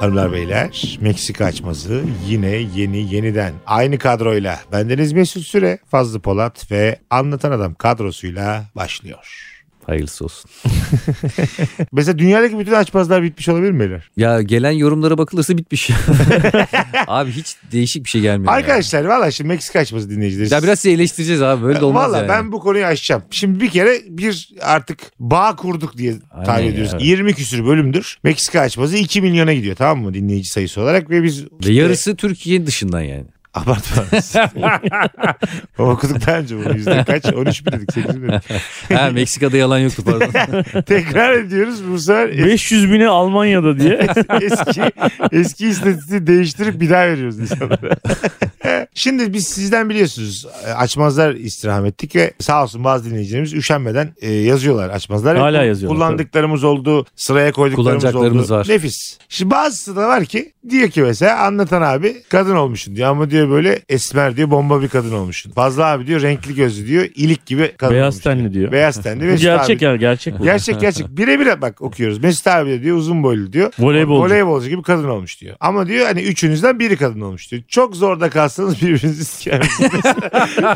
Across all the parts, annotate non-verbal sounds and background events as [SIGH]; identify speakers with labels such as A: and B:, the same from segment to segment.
A: Hanımlar beyler Meksika açması yine yeni yeniden aynı kadroyla bendeniz Mesut Süre, Fazlı Polat ve Anlatan Adam kadrosuyla
B: [LAUGHS]
A: başlıyor.
B: Hayırlısı olsun.
A: Mesela dünyadaki bütün açmazlar bitmiş olabilir mi beyler?
B: Ya gelen yorumlara bakılırsa bitmiş. [LAUGHS] abi hiç değişik bir şey gelmiyor. ya.
A: Arkadaşlar valla şimdi Meksika açması dinleyicileri.
B: Ya biraz sizi eleştireceğiz abi böyle de olmaz
A: Valla
B: yani.
A: ben bu konuyu açacağım. Şimdi bir kere bir artık bağ kurduk diye
B: Aynen
A: tayin
B: ya,
A: ediyoruz.
B: evet.
A: 20 küsür bölümdür. Meksika açması 2 milyona gidiyor tamam mı dinleyici sayısı olarak ve biz [LAUGHS]
B: Ve yarısı Türkiye dışından yani. [LAUGHS]
A: Abartmanız. Okuduk daha önce bunu. Yüzde kaç? 13 mi dedik? 8 mi dedik? [LAUGHS]
B: Ha Meksika'da yalan yoktu pardon.
C: [LAUGHS]
A: Tekrar ediyoruz. Bu sefer es-
C: 500 bini Almanya'da diye.
A: eski, eski istatistiği değiştirip bir daha veriyoruz
C: [LAUGHS]
A: insanlara. Şimdi biz sizden biliyorsunuz e, açmazlar istirham ettik ve sağ olsun bazı dinleyicilerimiz üşenmeden e, yazıyorlar açmazlar.
C: Hala
A: Ve
C: yazıyorlar,
A: Kullandıklarımız oldu, sıraya koyduklarımız
B: Kullanacaklarımız
A: oldu.
B: var.
A: Nefis. Şimdi bazısı da var ki diyor ki mesela anlatan abi kadın olmuşsun diyor ama diyor böyle esmer diyor bomba bir kadın olmuşsun. Fazla abi diyor renkli gözlü diyor ilik gibi kadın
C: Beyaz
A: olmuşsun
C: tenli diyor.
A: Beyaz tenli.
C: Bu
A: Mesut abi
C: gerçek ya gerçek bu.
A: Gerçek gerçek. Birebir bak okuyoruz. Mesut abi de diyor uzun boylu diyor.
C: Voleybolcu.
A: Voleybolcu gibi kadın olmuş diyor. Ama diyor hani üçünüzden biri kadın olmuş diyor. Çok zorda kalsanız birbirinizi sikersiniz.
C: [LAUGHS]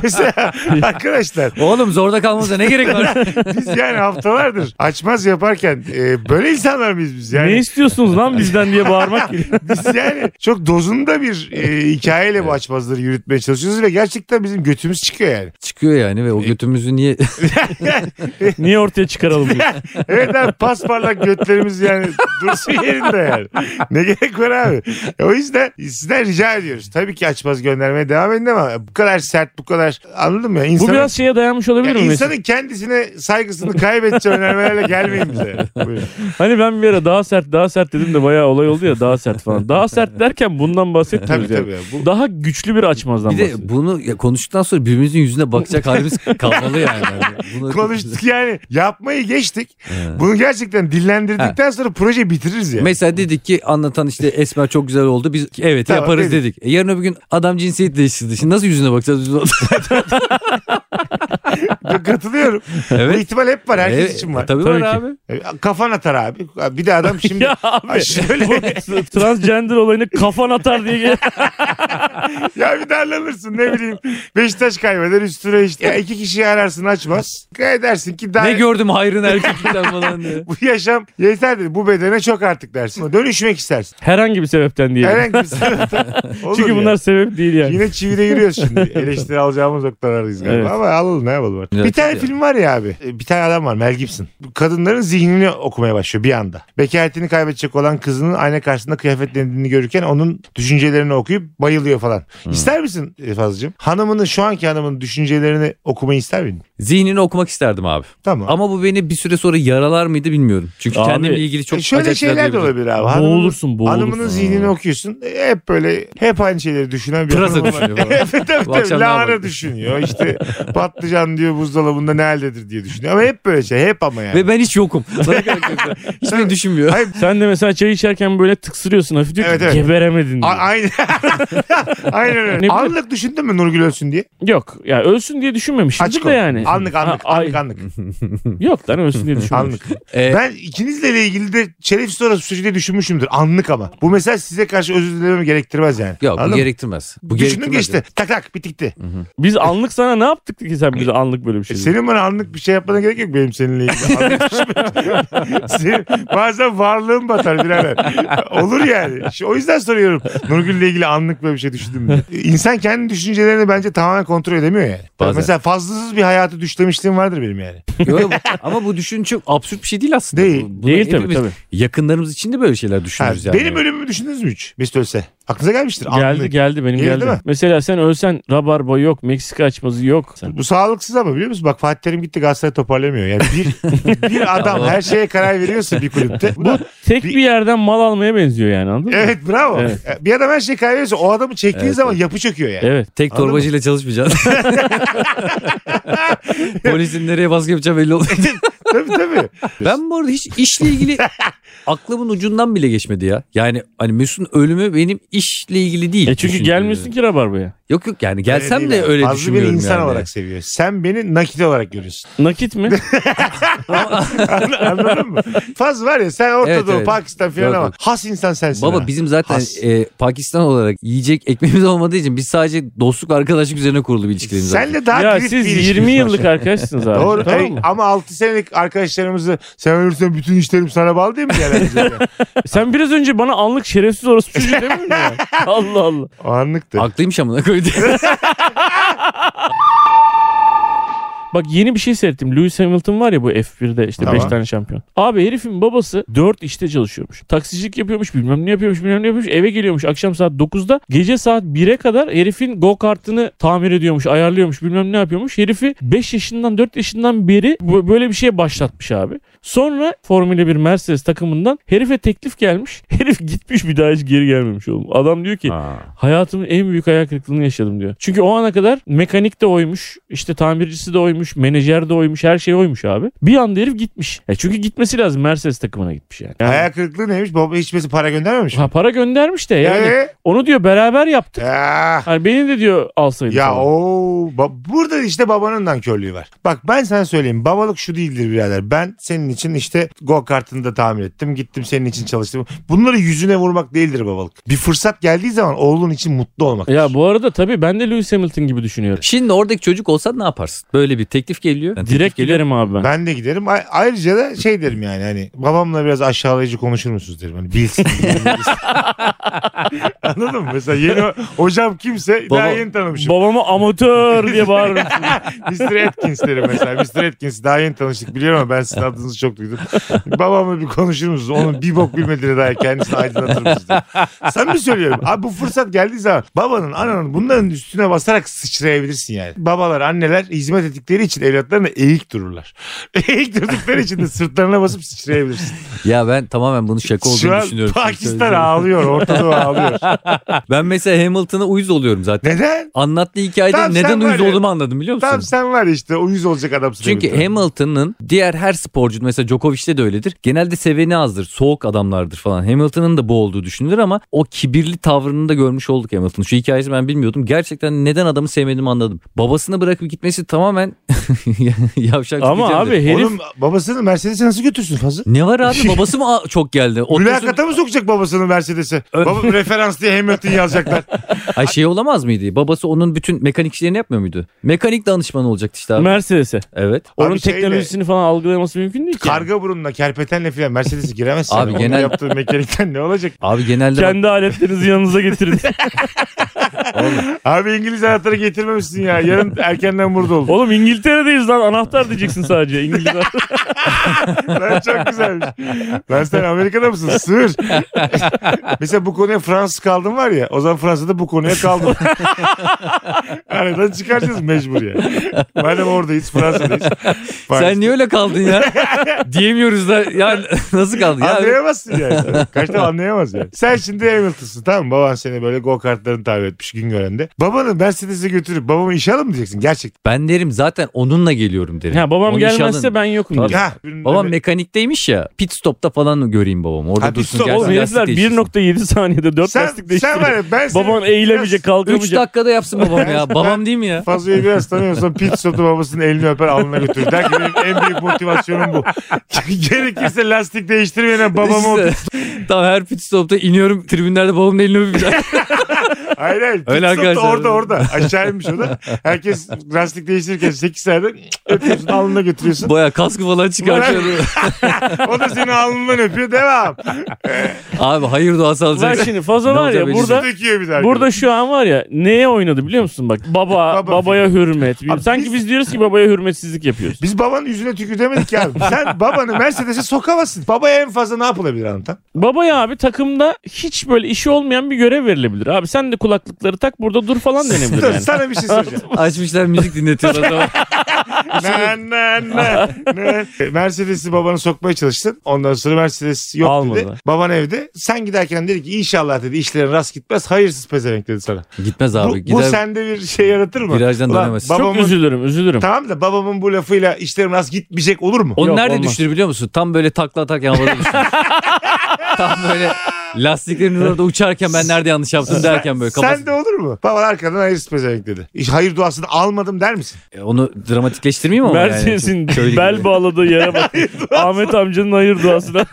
A: Mesela arkadaşlar
B: [LAUGHS] Oğlum zorda kalmamıza ne gerek
C: [LAUGHS]
B: var?
A: biz yani haftalardır açmaz yaparken e, böyle insanlar mıyız biz yani?
C: Ne istiyorsunuz lan bizden diye
A: [LAUGHS]
C: bağırmak gibi.
A: Biz yani çok dozunda bir e, hikayeyle bu açmazları yürütmeye çalışıyoruz ve gerçekten bizim götümüz çıkıyor yani.
B: Çıkıyor yani ve o götümüzü niye...
C: Niye ortaya çıkaralım diye.
A: Evet abi pasparlak götlerimiz yani dursun yerinde yani. Ne gerek var abi? E, o yüzden sizden rica ediyoruz. Tabii ki açmaz göndermeye devam edin ama bu kadar sert bu kadar anladın mı?
C: Bu
A: İnsanın,
C: biraz şeye dayanmış
A: Ya
C: olabilir mi? Mesut?
A: insanın kendisine saygısını kaybedeceği önermelerle gelmeyin bize.
C: [LAUGHS]
A: Buyurun.
C: Hani ben bir ara daha sert daha sert dedim de bayağı olay oldu ya daha sert falan. Daha sert derken bundan
A: Tabii
C: bahsetmiyoruz yani.
A: tabii. Bu,
C: Daha güçlü bir açmazdan
B: Bir de
C: bahsediyoruz.
B: bunu ya konuştuktan sonra birbirimizin yüzüne bakacak halimiz kalmalı yani. Yani
A: [LAUGHS]
B: Bunu...
A: konuştuk yani yapmayı geçtik.
B: He.
A: Bunu gerçekten dillendirdikten sonra proje bitiririz ya.
B: Mesela dedik ki anlatan işte Esmer çok güzel oldu. Biz evet
A: Tamam,
B: yaparız
A: dedik.
B: dedik. E, yarın öbür gün adam cinsiyet değiştirdi. Şimdi nasıl yüzüne bakacağız?
A: [LAUGHS]
B: biz?
C: [LAUGHS]
A: Katılıyorum. Bu
B: evet.
A: ihtimal hep var. Herkes
B: E,
A: için var.
B: Tabii,
C: Tabii
B: var abi.
C: ki.
A: E, Kafan atar abi. Bir de adam şimdi
C: [LAUGHS] Ya
A: Ay
C: abi
A: şöyle
C: transgender olayını kafan atar diye gel-
A: Ya bir darlanırsın ne bileyim. Beşiktaş kaybeder üstüne işte. Ya iki kişiyi ararsın açmaz. Ne dersin ki daha...
B: Ne gördüm hayrın erkeklikten falan [LAUGHS] diye.
A: bu yaşam yeter dedi. Bu bedene çok artık dersin. Dönüşmek istersin.
C: herhangi bir sebepten diye.
A: Herhangi bir sebepten. Olur
C: Çünkü
A: ya.
C: bunlar sebep değil yani.
A: Yine çivide giriyoruz şimdi.
B: [LAUGHS]
A: Eleştiri alacağımız noktalardayız galiba.
C: Evet.
A: Ama alalım ne yapalım artık.
B: Evet,
A: bir tane
B: şey ya.
A: film var ya abi. E, Bir tane adam var Mel Gibson. Bu Kadınların zihnini okumaya başlıyor bir anda. Bekaretini kaybedecek olan kızının ayna karşısında kıyafetlendiğini görürken onun düşüncelerini okuyup bayılıyor falan.
B: Hmm.
A: İster misin e, Fazlıcığım? Hanımının şu anki hanımının düşüncelerini okumayı ister miydin?
B: Zihnini okumak isterdim abi.
A: Tamam.
B: Ama bu beni bir süre sonra yaralar mıydı bilmiyorum. Çünkü
C: Abi,
B: kendimle ilgili çok
A: E, şöyle
B: acayip
A: şeyler de
B: diyebilirim.
A: olabilir abi. Hanımın-
C: boğulursun boğulursun.
A: Hanımının zihnini okuyorsun. E, Hep böyle hep aynı şeyleri düşünen bir
B: Pırasa
A: hanım olmak-
B: düşünüyor falan.
A: Evet, [LAUGHS] tabii
B: Bu
A: tabii
B: akşam ne
A: lahana
B: yapalım?
A: düşünüyor. İşte patlıcan diyor buzdolabında ne haldedir diye düşünüyor. Ama hep böyle şey. Hep ama yani.
B: Ve ben hiç yokum. [LAUGHS] Sana gerek yok. hiç beni düşünmüyor.
A: Hayır,
C: Sen de mesela çay içerken böyle tıksırıyorsun hafif diyor ki,
A: Evet, evet. a-
C: geberemedin diyor.
A: aynı. [LAUGHS] Aynen
C: Ne
A: öyle.
C: bileyim.
A: Anlık düşündün mü Nurgül ölsün diye?
C: Yok ya ölsün diye düşünmemişimdir
A: Açık
C: de
A: ol.
C: yani.
A: Anlık anlık
C: Ha, ay-
A: anlık anlık.
C: Yok lan ölsün diye düşünmemiş.
A: [LAUGHS] anlık.
B: Ee,
A: Ben ikinizle ilgili de şerefsiz orası suçu diye düşünmüşümdür. Anlık ama. Bu mesela size karşı özür dilememi gerektirmez yani.
B: Yok
A: Anladın
B: bu
A: mı?
B: gerektirmez. Bu
A: Düşündün
B: gerektirmez.
A: geçti. Tak tak bitikti.
C: Biz anlık sana ne yaptık ki sen
A: E,
C: bize anlık böyle bir şey? dedin?
A: Senin bana anlık bir şey yapmana gerek yok benim seninle ilgili. Anlık bir şey- Senin, bazen varlığın batar birader. Olur yani. Şu- O yüzden soruyorum. Nurgül'le ilgili anlık böyle bir şey düşündün mü? İnsan kendi düşüncelerini bence tamamen kontrol edemiyor yani.
B: Bazen.
A: Mesela fazlasız bir hayatı düşlemişliğim vardır benim yani.
B: Yok, ama bu düşünce çok absürt bir şey değil aslında.
A: Değil.
B: Bu- bunu
C: Değil tabii
B: hepimiz-
C: tabii.
B: Yakınlarımız için de böyle şeyler
A: Ha,
B: düşünürüz yani.
A: Benim ölümümü düşündünüz mü hiç? Mesut ölse. Aklınıza gelmiştir.
C: Geldi
A: anlık.
C: geldi benim
A: Geldi
C: geldi.
A: mi?
C: Mesela sen ölsen rabarba yok, Meksika açmazı yok. Sen-
A: Bu sağlıksız ama biliyor musun? Bak Fatih Terim gitti Galatasaray toparlamıyor. Yani bir, [LAUGHS] bir adam her şeye karar veriyorsa bir kulüpte. Bu da-
C: Tek
A: Bir-
C: bir yerden mal almaya benziyor yani anladın mı?
A: evet bravo. E, Bir adam her şeye karar veriyorsa o adamı çektiğin
B: Evet,
A: zaman
B: evet.
A: yapı çöküyor yani.
C: Evet.
B: Tek
A: Anladın [LAUGHS]
B: torbacıyla çalışmayacaksın. [LAUGHS] Polisin nereye baskı yapacağı belli olmuyor.
A: tabii tabii.
B: ben bu arada hiç işle
C: [LAUGHS]
B: ilgili aklımın ucundan bile geçmedi ya. Yani hani Mesut'un ölümü benim işle ilgili değil.
C: E çünkü
B: Düşündüğüm-
C: gelmiyorsun ki rabarbaya.
B: Yok yok yani [LAUGHS] gelsem
A: Öyle
B: de
A: değil abi.
B: öyle
A: Fazlı
B: düşünmüyorum
A: beni insan
B: yani.
A: olarak seviyor. Sen beni nakit olarak
B: [LAUGHS]
A: görüyorsun. [LAUGHS]
C: Nakit mi?
A: An- Anladın mı? Faz var ya sen Orta
B: Evet,
A: Doğu,
B: evet.
A: Pakistan falan
B: Yok,
A: ama
B: yok.
A: has insan sensin.
B: Baba
A: ha.
B: bizim zaten
A: Has.
B: e, Pakistan olarak yiyecek ekmeğimiz olmadığı için biz sadece dostluk arkadaşlık üzerine kurulu bir ilişkilerimiz var.
A: Senle daha
C: ya
A: kriz bir
C: siz
A: ilişkimiz
C: 20
A: var.
C: yıllık arkadaşsınız abi.
A: Doğru.
C: Tamam
A: Ey,
C: mı?
A: ama 6 senelik arkadaşlarımızı sen ölürsen bütün işlerim sana bağlı değil mi? Yani bize de?
B: [LAUGHS]
C: Sen biraz önce bana anlık şerefsiz orası çocuğu demedin mi?
A: [LAUGHS]
C: ya? Allah Allah.
A: o anlıktı.
B: Aklıymış amına koydu.
A: [LAUGHS]
C: Bak yeni bir şey seyrettim. Lewis Hamilton var ya bu F1'de işte 5
A: Tamam.
C: tane şampiyon. Abi herifin babası 4 işte çalışıyormuş. Taksicilik yapıyormuş bilmem ne yapıyormuş bilmem ne yapıyormuş. Eve geliyormuş akşam saat 9'da. Gece saat 1'e kadar herifin go kartını tamir ediyormuş ayarlıyormuş bilmem ne yapıyormuş. Herifi 5 yaşından 4 yaşından beri bu- böyle bir şeye başlatmış abi. Sonra Formula 1 Mercedes takımından herife teklif gelmiş. [LAUGHS] Herif gitmiş bir daha hiç geri gelmemiş oğlum. Adam diyor ki Hayatımın en büyük hayal kırıklığını yaşadım diyor. Çünkü o ana kadar mekanik de oymuş, işte tamircisi de oymuş, menajer de oymuş, her şey oymuş abi. Bir anda herif gitmiş. Ya çünkü gitmesi lazım. Mercedes takımına gitmiş yani. yani
A: Hayal kırıklığı neymiş? Baba hiçbirisi para göndermemiş. mi?
C: ha, para göndermiş de yani.
A: Ee?
C: Onu diyor beraber yaptık.
A: Ya.
C: Hani beni de diyor alsaydı.
A: Ya
C: falan.
A: o burada işte babanın nankörlüğü var. Bak ben sana söyleyeyim babalık şu değildir birader. Ben senin için işte go kartını da tamir ettim. Gittim senin için çalıştım. Bunları yüzüne vurmak değildir babalık. Bir fırsat geldiği zaman oğlun için mutlu olmak.
C: Ya bu arada tabii ben de Lewis Hamilton gibi düşünüyorum.
B: Şimdi oradaki çocuk olsan ne yaparsın? Böyle bir teklif geliyor. Yani teklif
C: Direkt
B: geliyor.
C: giderim abi ben.
A: Ben de giderim. A- ayrıca da şey derim yani hani babamla biraz aşağılayıcı konuşur musunuz derim. Hani bilsin. bilsin. Anladın mı? Mesela yeni ho- hocam kimse daha
B: Baba-
A: yeni tanımışım.
C: Babama amatör
A: [LAUGHS]
C: diye bağırırım.
A: Mr. Atkins derim mesela. Mr. Atkins daha yeni tanıştık biliyorum ama ben
B: [LAUGHS]
A: sizin adınızı çok duydum. Babamla bir konuşur musunuz? Onun bir bok bilmediğine dair kendisini aydınlatır mısınız? Sen mi söylüyorum? Abi bu fırsat geldiği zaman babanın, ananın bunların üstüne basarak sıçrayabilirsin yani. Babalar, anneler hizmet ettikleri için evlatlarına eğik dururlar. [LAUGHS] Eğik durdukları için de sırtlarına basıp sıçrayabilirsin.
B: Ya ben tamamen bunu şaka olduğunu
A: Şu an
B: düşünüyorum.
A: Pakistan ağlıyor, Orta Doğu ağlıyor.
B: Ben mesela Hamilton'a uyuz oluyorum zaten.
A: Neden?
B: Anlattığı hikayede
A: Tamam, sen
B: neden
A: var
B: uyuz
A: ya-
B: olduğumu anladım biliyor musun?
A: Tam sen var ya işte uyuz olacak adamsın.
B: Çünkü
A: evlatlarına.
B: Hamilton'ın diğer her sporcu mesela Djokovic'te de öyledir. Genelde seveni azdır, soğuk adamlardır falan. Hamilton'ın da bu olduğu düşünülür ama o kibirli tavrını da görmüş olduk Hamilton'ın. Şu hikayesi ben bilmiyordum. Gerçekten neden adamı sevmediğimi anladım. Babasını bırakıp gitmesi tamamen [LAUGHS] yavşak.
C: Ama
B: diyeceğim de.
C: abi herif
A: Oğlum babasını Mercedes'e nasıl götürsün fazla?
B: Ne var abi babası mı Aa, çok geldi? Otursun-
A: Mülakata mı sokacak babasını Mercedes'e?
B: Ö-
A: Baba referans diye Hamilton
B: [LAUGHS]
A: yazacaklar.
B: Ay şey olamaz mıydı? Babası onun bütün mekanik işlerini yapmıyor muydu? Mekanik danışmanı olacaktı işte abi.
C: Mercedes'e.
B: evet.
C: Onun
A: şeyle-
C: teknolojisini falan algılaması mümkün değil ki.
A: Karga burunla, kerpetenle filan Mercedes'e giremezsin.
B: Abi
A: Onun
B: genel-
A: yaptığı mekanikten ne olacak?
B: Abi genelde
C: Kendi aletlerinizi
A: [LAUGHS]
C: yanınıza getirin.
A: Abi İngiliz anahtarı getirmemişsin ya. Yarın erkenden burada ol.
C: Oğlum İngiltere'deyiz lan anahtar diyeceksin sadece
A: [LAUGHS]
C: İngiliz anahtar.
A: Lan çok güzelmiş. Lan sen Amerika'da mısın?
B: [LAUGHS]
A: Sığır. Mesela bu konuya Fransız kaldın var ya. O zaman Fransa'da bu konuya
B: [LAUGHS]
A: kaldın. Aradan çıkaracağız mecbur ya. Madem oradayız Fransa'dayız.
B: sen niye öyle kaldın ya? Diyemiyoruz da ya [LAUGHS] nasıl kaldın ya?
A: Anlayamazsın yani.
B: [LAUGHS]
A: sen. Kaç tane anlayamaz yani. Sen şimdi Hamilton'sın tamam mı? Baban seni böyle go kartlarını tabir etmiş Güngören'de. Babanı Mercedes'e götürüp babamı işe alın mı diyeceksin gerçekten.
B: Ben derim zaten onunla geliyorum derim.
C: Ha babam
B: Onu işe
C: gelmezse
B: alın.
C: ben yokum.
B: Tabii.
C: diyecek.
A: Ha,
B: Babam mekanikteymiş ya pit stopta falan göreyim babamı. Orada
A: Ha, pit
B: dursun
A: stop.
B: gelsin
C: Oğlum
B: lastik
C: herifler
B: değiştirsin.
C: 1.7 saniyede 4
A: sen,
C: lastik
A: sen var
C: değiştiriyor.
A: ya ben seni...
C: Baban eğilemeyecek
B: Üç
C: kalkamayacak.
B: dakikada yapsın
A: [LAUGHS]
B: babam ya. babam değil mi ya?
A: Fazla'yı biraz
B: [LAUGHS]
A: tanıyorsan pit stopta babasının elini öper alnına götürür. Der ki benim en büyük motivasyonum
B: [LAUGHS]
A: bu. Gerekirse lastik değiştirmeyene babamı o...
B: İşte, [LAUGHS] tamam her pit stopta iniyorum tribünlerde babamın elini
A: [LAUGHS]
B: öpüyorum.
A: Hayır hayır. Pit
B: Öyle
A: stopta
B: arkadaşlar.
A: orada orada. Aşağı inmiş o da. Herkes lastik değiştirirken 8 sayede öpüyorsun alnına götürüyorsun.
B: Baya kaskı falan çıkartıyorum.
A: O da seni alnından öpüyor. Devam.
B: [LAUGHS] Abi hayır duası
C: Ver
B: alacak.
C: şimdi fazla
B: Ne
C: var ya
B: olacak
C: burada
A: Döküyor bir de
C: burada şu an var ya neye oynadı biliyor musun bak baba,
A: Baba
C: babaya hürmet.
A: Abi
C: Sanki
A: biz-
C: biz... diyoruz ki babaya hürmetsizlik yapıyoruz.
A: Biz babanın yüzüne tükür demedik ya.
C: [LAUGHS]
A: Sen babanı Mercedes'e sokamazsın. Babaya en fazla ne yapılabilir anlatan?
C: Babaya abi takımda hiç böyle işi olmayan bir görev verilebilir. Abi sen de kulaklıkları tak burada dur
A: [LAUGHS]
C: falan denebilir
A: Dur
C: yani.
A: sana bir şey
C: [LAUGHS]
A: söyleyeceğim.
B: Açmışlar
A: [LAUGHS]
B: müzik dinletiyorlar. tamam.
A: na, na, na, na.
C: [LAUGHS]
A: Mercedes'i babanı sokmaya çalıştın. Ondan sonra Mercedes yok dedi.
C: Almadı.
A: Baban evde. Sen giderken dedi ki inşallah dedi işlerin rast gitmez. Hayırsız pezevenk dedi sana.
B: Gitmez
A: Bu,
B: abi.
A: bu
B: Gider
A: sende bir şey yaratır mı?
B: virajdan
A: Ulan
B: dönemez.
A: babamın-
C: Çok üzülürüm üzülürüm.
A: Tamam da babamın bu lafıyla işlerim rast gitmeyecek olur mu?
B: Onu
C: Yok,
B: nerede
A: [LAUGHS]
C: olmaz.
B: düşürür biliyor musun? Tam böyle takla atarken havada düşürür. Tam böyle Lastiklerin orada uçarken ben nerede yanlış yaptım derken böyle kafası.
A: Sen de olur mu? Baban arkadan hayır spesifik dedi. Hiç hayır duasını almadım der misin?
B: E, Onu dramatikleştirmeyeyim ama
C: Mersin'in
B: yani. Köylü
C: bel
B: gibi.
C: bağladığı
A: [LAUGHS]
C: yere bak. Ahmet amcanın hayır duasına.
B: [LAUGHS]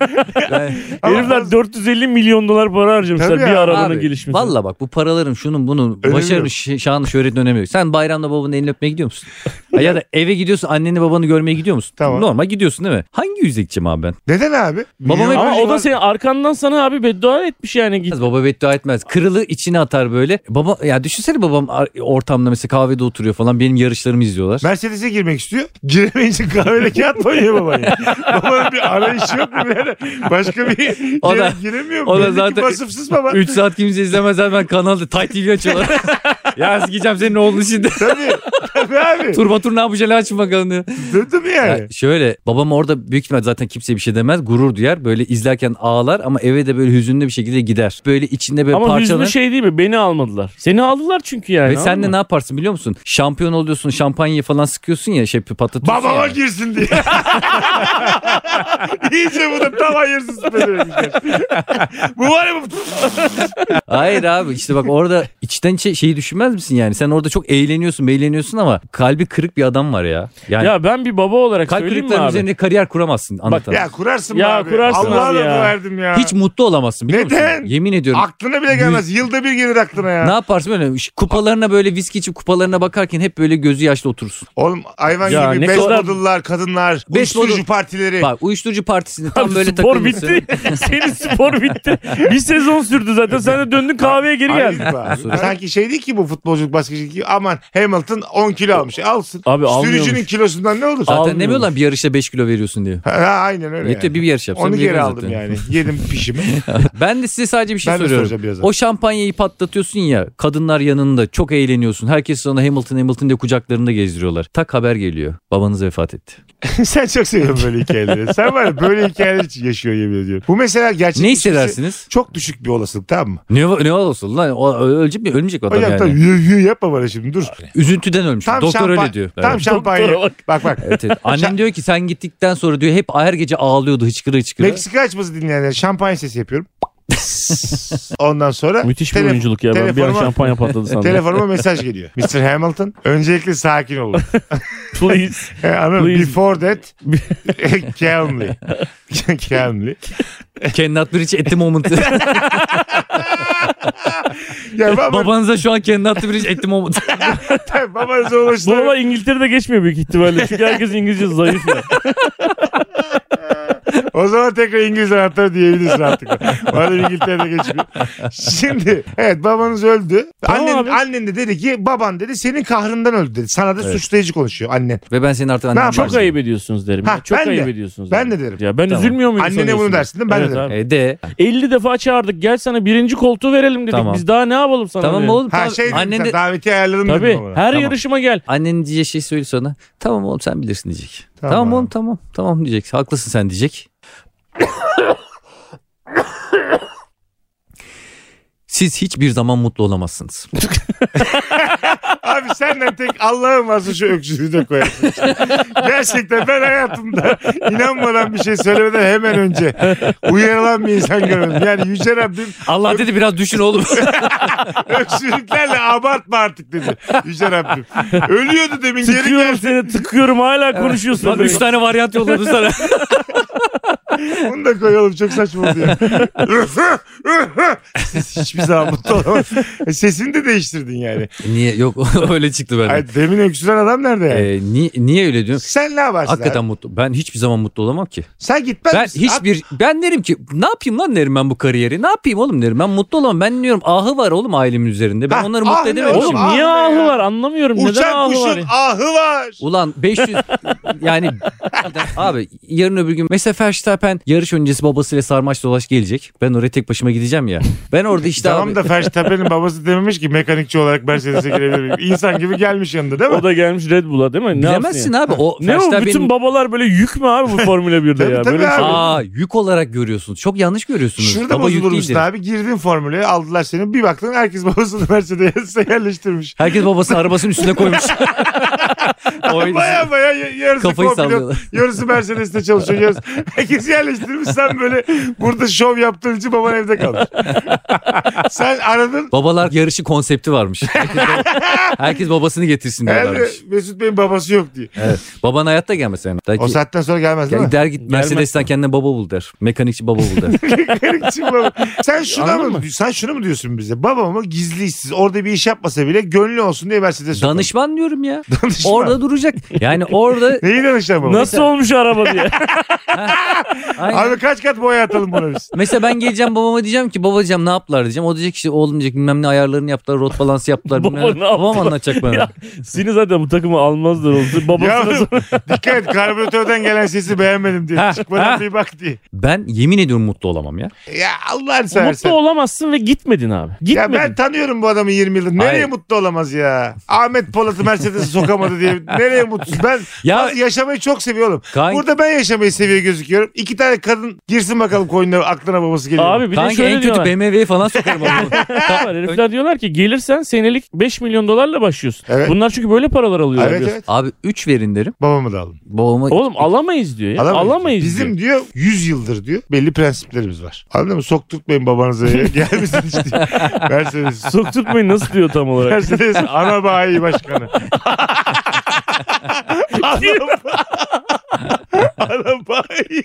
B: Yani-
A: Ama
C: Herifler
A: az-
C: 450 milyon dolar para harcamışlar
A: Tabii
C: bir
A: ya.
C: arabanın
B: Abi,
C: gelişmesi.
B: Valla bak bu paraların şunun bunun
A: Önemi
B: başarının
A: yok.
B: ş- şanı şöhretin önemi yok. Sen bayramda babanın elini öpmeye gidiyor musun? Ha ya da eve gidiyorsun anneni babanı görmeye gidiyor musun?
A: Tamam.
B: Normal gidiyorsun değil mi? Hangi yüzle gideceğim abi ben?
A: Neden abi?
B: Babam
A: Milyon-
B: hep- şey-
C: Ama o da
A: Var-
C: senin arkandan sana abi beddua etmiş yani. Git.
B: Baba beddua etmez. Kırılı içine atar böyle. Baba ya düşünsene babam ar- ortamda mesela kahvede oturuyor falan benim yarışlarımı izliyorlar.
A: Mercedes'e girmek istiyor. Giremeyince kahvede kağıt mı oynuyor baban
B: [LAUGHS]
A: ya? Babanın bir arayışı yok mu? Yani başka bir yere
B: O da-
A: giremiyor mu?
B: o da
A: Belli ki
B: zaten-
A: Vasıfsız baba.
B: 3 saat kimse izlemez ben kanalda Tay TV açıyorlar. [LAUGHS] ya sikeceğim senin oğlun şimdi. [LAUGHS]
A: tabii. Tabii abi.
B: Turba tur ne yapacağını açın bakalım diyor.
A: Durdum yani.
B: Ya şöyle babam orada büyük ihtimal zaten kimseye bir şey demez. Gurur duyar. Böyle izlerken ağlar ama eve de böyle hüzünlü bir şekilde gider. Böyle içinde böyle
C: Ama hüznü
B: parçalanır.
C: şey değil mi? Beni almadılar. Seni aldılar çünkü yani.
B: Ve
C: anladın
B: sen de
C: mı?
B: ne yaparsın biliyor musun? Şampiyon oluyorsun, şampanya falan sıkıyorsun ya, şey patlatıyorsun.
A: Babama
B: ya.
A: girsin diye. [LAUGHS] İyice bu da tam hayırsız pezevenkler. bu var ya bu.
B: Hayır abi işte bak orada içten içe şeyi düşünmez misin yani? Sen orada çok eğleniyorsun, eğleniyorsun ama kalbi kırık bir adam var ya. Yani
C: Ya ben bir baba olarak
B: kalp
C: söyleyeyim mi
B: kırıklarının
C: abi? [LAUGHS]
B: üzerinde kariyer kuramazsın anlatan.
A: Ya kurarsın
C: Ya
A: be abi.
C: kurarsın
A: Allah'a
C: abi
A: da
C: ya.
A: verdim ya.
B: Hiç mutlu olamazsın biliyor
A: Neden?
B: musun? Yemin ediyorum.
A: Aklına bile gelmez. Yılda bir gelir aklına ya.
B: ne yaparsın böyle kupalarına böyle viski içip kupalarına bakarken hep böyle gözü yaşlı oturursun.
A: Oğlum hayvan
C: Ya
A: gibi
C: ne
A: beş
C: kadar-
A: modullar, kadınlar,
B: Beş
A: uyuşturucu
B: model-
A: partileri.
B: Bak uyuşturucu partisinde tam
C: Abi
B: böyle
C: spor
B: takılmışsın.
C: bitti.
A: [LAUGHS]
C: Senin spor bitti. Bir sezon sürdü zaten. Sen de döndün kahveye geri
A: Hayır
C: geldin.
A: be abi. Sanki şey değil ki bu futbolculuk baskıcılık gibi. Aman Hamilton 10 kilo almış. e, Alsın.
C: Abi
A: Sürücünün
C: almıyormuş.
A: kilosundan ne olur?
B: Zaten
C: Almıyormuş.
B: demiyor lan bir yarışta 5 kilo veriyorsun diyor.
A: Ha, aynen öyle.
B: Yeter
A: yani.
B: bir, bir yarış yapsam.
A: Onu geri
B: veririm
A: aldım
B: zaten.
A: yani. Yedim
B: [LAUGHS]
A: pişimi. [LAUGHS]
B: Ben de size sadece bir şey
A: ben de
B: soruyorum.
A: soracağım birazdan.
B: O şampanyayı patlatıyorsun ya kadınlar yanında çok eğleniyorsun. Herkes sana Hamilton Hamilton diye kucaklarında gezdiriyorlar. Tak haber geliyor. Babanız vefat etti.
A: Sen çok seviyorsun böyle hikayeleri. Sen var ya böyle hikayeler için yaşıyor yemin ediyorum. Bu mesela gerçek
B: ne
A: düşüncesi
B: hissedersiniz?
A: Çok düşük bir olasılık tamam mı?
B: Ne, ne olsun lan o, ölecek mi? Ölmeyecek adam
A: Hocam
B: yani.
A: tamam yü, yü yapma bana şimdi dur.
B: Üzüntüden ölmüş.
A: Tam
B: Doktor
A: şampa-
B: öyle diyor.
A: Tam
B: Evet.
A: şampanya.
C: Doktora
A: Bak
C: bak.
A: bak.
B: Evet, evet. Annem diyor ki sen gittikten sonra diyor hep her gece ağlıyordu hıçkıra hıçkıra.
A: Meksika açması dinleyenler şampanya sesi
B: [LAUGHS]
A: yapıyorum. Ondan sonra
C: Müthiş bir
A: telef-
C: oyunculuk ya. Ben bir an
A: telefonuma-
C: şampanya patladı sandım.
A: Telefonuma mesaj
C: [LAUGHS]
A: geliyor. Mr. Hamilton öncelikle sakin olun.
C: Please.
A: E, Anladın mı?
C: Please.
A: Before that
C: [LAUGHS]
A: calmly. calmly.
B: Cannot bridge at
A: [LAUGHS]
B: the moment.
A: Ya baba,
B: Babanıza şu an Cannot bridge at the moment.
A: [LAUGHS] babanıza
C: Bu
A: ulaştılar.
C: ama İngiltere'de geçmiyor büyük ihtimalle. Çünkü herkes İngilizce zayıf ya.
A: O zaman tekrar İngiliz anahtarı diyebilirsin artık. Madem İngiltere'de geçmiyor. Şimdi evet babanız öldü.
C: Tamam
A: annen,
C: abi.
A: annen de dedi ki baban dedi senin kahrından öldü dedi. Sana da
B: Evet.
A: suçlayıcı konuşuyor annen.
B: Ve ben senin artık annem
A: yapayım?
B: var.
C: Çok ayıp ediyorsunuz derim. ya.
A: Ha,
C: Çok
A: ben de.
C: ayıp ediyorsunuz.
A: Ben de derim.
C: Ya ben
B: Tamam.
C: üzülmüyor muyum
A: Annene bunu
C: sanıyorsunuz?
A: dersin değil mi? Ben de
C: Evet
A: derim.
C: abi.
B: E de.
C: 50 defa çağırdık gel sana birinci koltuğu verelim dedik.
B: Tamam.
C: Biz daha ne yapalım sana?
B: Tamam
C: diyor.
B: oğlum.
A: Ha
B: tamam.
A: şey dedim,
B: Annen
A: sen
B: de-
A: davetiye ayarladım
C: Tabii
A: dedim babana.
C: her
B: Tamam.
C: yarışıma gel.
B: Annen diyeceği şey söyle sana. Tamam oğlum sen bilirsin diyecek.
A: Tamam.
B: Tamam, oğlum tamam. Tamam diyecek. Haklısın sen diyecek. [COUGHS] Siz hiçbir zaman mutlu olamazsınız.
A: Abi senden tek Allah'ın varsa şu öksürüğü de koyarsın. Gerçekten ben hayatımda inanmadan bir şey söylemeden hemen önce uyarılan bir insan görmedim. Yani Yüce Rabbim
B: Allah dedi biraz
A: [LAUGHS]
B: düşün oğlum.
A: öksürüklerle abartma artık dedi. Yüce Rabbim. Ölüyordu demin geri
C: Tıkıyorum
A: geldi.
C: seni tıkıyorum hala konuşuyorsun.
B: Bak
C: böyle.
B: üç tane varyant yolladım sana.
A: Bunu da koyalım çok saçma oldu ya. Ses hiçbir zaman mutlu olamaz. E, Sesini de değiştirdin yani.
B: E, niye? Yok [LAUGHS] öyle çıktı benden.
A: Ay, demin öksüren adam nerede yani?
B: Ee, ni- niye öyle diyorsun?
A: Sen ne yaparsın?
B: Hakikaten
A: abi?
B: mutlu. Ben hiçbir zaman mutlu olamam ki.
A: Sen gitmez
B: Ben
A: misin?
B: hiçbir ben derim ki ne yapayım lan derim ben bu kariyeri. Ne yapayım oğlum derim. Ben mutlu olamam. Ben diyorum ahı var oğlum ailemin üzerinde. Ben
A: Ha,
B: onları
A: ah
B: mutlu
A: ne
B: edemedim.
A: oğlum?
C: Oğlum
A: Ah be
C: niye
A: ya.
C: ahı var anlamıyorum. Neden
A: Uçan
C: ahı var?
A: kuşun
C: ya?
A: ahı var.
B: Ulan
A: [LAUGHS]
B: 500 yani abi yarın öbür gün mesela Verstappen yarış öncesi babasıyla sarmaş dolaş gelecek. Ben oraya tek başıma gideceğim ya. Ben orada işte
A: tamam
B: abi,
A: da
B: [LAUGHS]
A: Verstappen'in babası dememiş ki mekanikçi olarak Mercedes'e girebilir miyim? İnsan gibi gelmiş yanında değil mi?
C: O da gelmiş Red Bull'a değil mi? Ne
B: bilemezsin
C: yapsın ya?
B: abi. O
C: Ne o
B: Verstappen'in-
C: bütün babalar böyle yük mü abi bu Formula 1'de
A: Tabii,
C: ya?
A: tabii
C: Böyle bir şey-
A: abi.
B: Aa yük olarak görüyorsunuz. Çok yanlış görüyorsunuz.
A: Şurada
B: Baba yük
A: bozulur musun
B: değildir.
A: abi? Girdin formüle aldılar [LAUGHS] seni. Bir baktın herkes babasını Mercedes'e yerleştirmiş. [LAUGHS]
B: Herkes babası arabasının üstüne koymuş. Oydu.
A: Baya baya yarısı
B: Kafayı
A: komplo,
B: sallıyorlar.
A: Yarısı Mercedes'te çalışıyor.
B: [LAUGHS]
A: Yarısı. Herkesi yerleştirmiş. Sen böyle burada şov yaptığın için baban evde
B: [LAUGHS]
A: kalmış. sen aradın.
B: Babalar yarışı konsepti
C: [LAUGHS]
B: varmış. Herkes babasını getirsin
A: Herhalde
B: diyorlarmış.
A: Mesut Bey'in babası yok diye.
B: Baban hayatta gelmez yani. Der,
A: O
B: ki-
A: saatten sonra gelmez değil mi?
B: der git
C: Gelmez.
B: Mercedes'ten kendine baba bul der. Mekanikçi baba bul der.
A: [LAUGHS] Garipçim baba. Sen şuna
C: Anladın
A: mı, sen şunu mu diyorsun bize? Babamı gizli işsiz orada bir iş yapmasa bile gönlü olsun diye Mercedes'e sokalım. [LAUGHS]
B: Danışman diyorum ya.
A: Danışman.
B: Orada duracak.
A: [LAUGHS]
B: Yani orada
A: Neyi danışan baba?
C: Nasıl olmuş araba
A: [LAUGHS]
C: diye.
B: Aynen.
A: Abi kaç kat boya atalım buna
B: [LAUGHS]
A: biz.
B: Mesela ben geleceğim babama diyeceğim ki babacığım ne yaptılar diyeceğim. O diyecek işte oğlum diyecek bilmem ne ayarlarını yaptılar, rot balansı yaptılar.
C: Baba
B: bilmem ne.
C: ne
B: Babam
C: yaptılar?
B: anlatacak bana.
C: Ya. Seni zaten bu takımı almazlar oldu. Babasına
A: Yavrum [LAUGHS] dikkat et karbüratörden gelen sesi beğenmedim diye.
B: Ha,
A: Çıkmadan
B: ha.
A: bir bak diye.
B: Ben yemin ediyorum mutlu olamam ya.
A: Ya Allah'ını
C: mutlu
A: seversen.
C: olamazsın ve gitmedin abi.
A: Ya
C: Gitmedin.
A: ben tanıyorum bu adamı 20 yıldır. Nereye
B: Hayır.
A: mutlu olamaz ya? Ahmet Polat'ı Mercedes'e sokamadı diye. Nereye mutsuz? Ben
B: Ya
A: yaşamayı çok seviyorum.
B: kanki,
A: Burada ben yaşamayı seviyor gözüküyorum. İki tane kadın girsin bakalım koyununa aklına babası geliyor.
C: Abi bir de
B: kanki en
C: şöyle
B: kötü
C: diyorlar.
B: BMW'ye falan sokarım
C: [LAUGHS]
B: onu.
C: Tamam, herifler diyorlar ki gelirsen senelik 5 milyon dolarla başlıyorsun.
A: Evet.
C: Bunlar çünkü böyle paralar alıyorlar.
A: evet
C: biraz.
A: evet.
B: Abi 3 verin derim.
A: Babamı da alın.
B: Babama
C: Oğlum alamayız diyor ya. Alamayız, diyor.
A: Bizim diyor 100 yıldır diyor belli prensiplerimiz var. Anladın mı? Sokturtmayın babanıza ya. Gelmesin [LAUGHS] işte. Mercedes.
C: Sok tutmayın nasıl diyor
A: [LAUGHS]
C: tam olarak. [LAUGHS]
A: Mercedes ana bayi
B: [LAUGHS]
A: başkanı. ana bayi. ana bayi.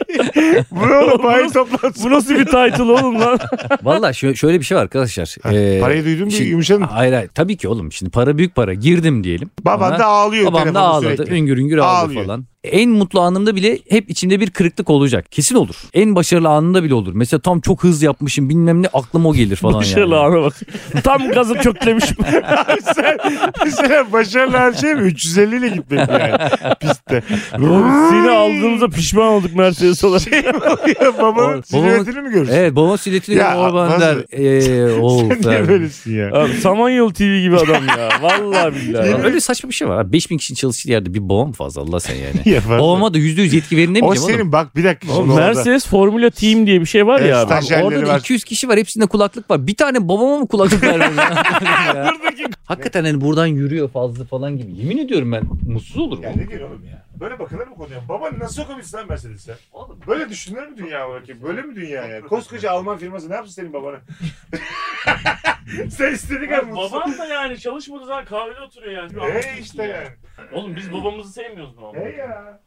A: Bu ne oğlum bayi toplantısı.
C: Bu nasıl bir title oğlum lan?
B: Valla şö- şöyle bir şey var arkadaşlar. Ee,
A: Parayı duydun mu
B: şimdi-
A: yumuşadın.
B: Hayır hayır tabii ki oğlum şimdi para büyük para girdim diyelim.
A: Baban
B: Ama
A: da ağlıyor
B: Babam da
A: telefonda
B: ağladı.
A: sürekli.
B: Üngür üngür ağladı
A: Ağlıyor.
B: falan. En mutlu anımda bile hep içimde bir kırıklık olacak. Kesin olur. En başarılı anında bile olur. Mesela tam çok hız yapmışım bilmem ne aklıma o gelir falan
C: Başarılı
B: yani.
C: abi bak. Tam gazı
A: [LAUGHS]
C: köklemişim.
A: Abi [LAUGHS] sen mesela başarılı her şey mi? 350 ile gitmek mi yani pistte.
C: Seni aldığımızda pişman olduk Mercedes olarak.
A: Şey mi oluyor? Babanın
B: Oğlum, babamın-
A: silüetini mi görürsün?
B: Evet babam siletiyle
A: Ya,
B: Orban
A: nasıl-
B: der. Ee, Eee
A: [LAUGHS]
B: oğul
A: Sen niye
B: der.
A: böylesin ya?
C: Abi, Samanyolu TV gibi adam ya. Vallahi billahi.
B: Ya Öyle saçma bir şey var. abi. 5000 kişinin çalıştığı yerde bir babam fazla Allah
A: [LAUGHS]
B: sen yani.
A: Yaparsın.
B: Babama da %100 yetki
A: O
B: verilemeyeceğim oğlum.
A: senin bak bir dakika. şimdi
C: Oğlum,
A: orada.
C: Mercedes Formula Team diye bir şey var ya abi.
A: Efsane.
B: Abi Orada da
A: Jenleri var.
B: 200 kişi var hepsinde kulaklık var. Bir tane babama mı kulaklık vermez? ya?
A: Buradaki-
B: Hakikaten hani buradan yürüyor fazla falan gibi. Yemin ediyorum ben mutsuz olurum.
A: [LAUGHS] Ya ne diyor oğlum ya? Böyle bakılır mı konuya? Baban nasıl sokabilsin lan Mercedes'e? Oğlum böyle düşünür mü dünya olarak? ya? Böyle mi dünya ya? Koskoca Alman firması ne yapsın senin babana? Sen istediğin kadar mutsuz.
C: da yani çalışmadığı zaman kahvede oturuyor yani.
A: Hey işte yani.
C: Oğlum biz babamızı sevmiyoruz mu?
A: Hey ya.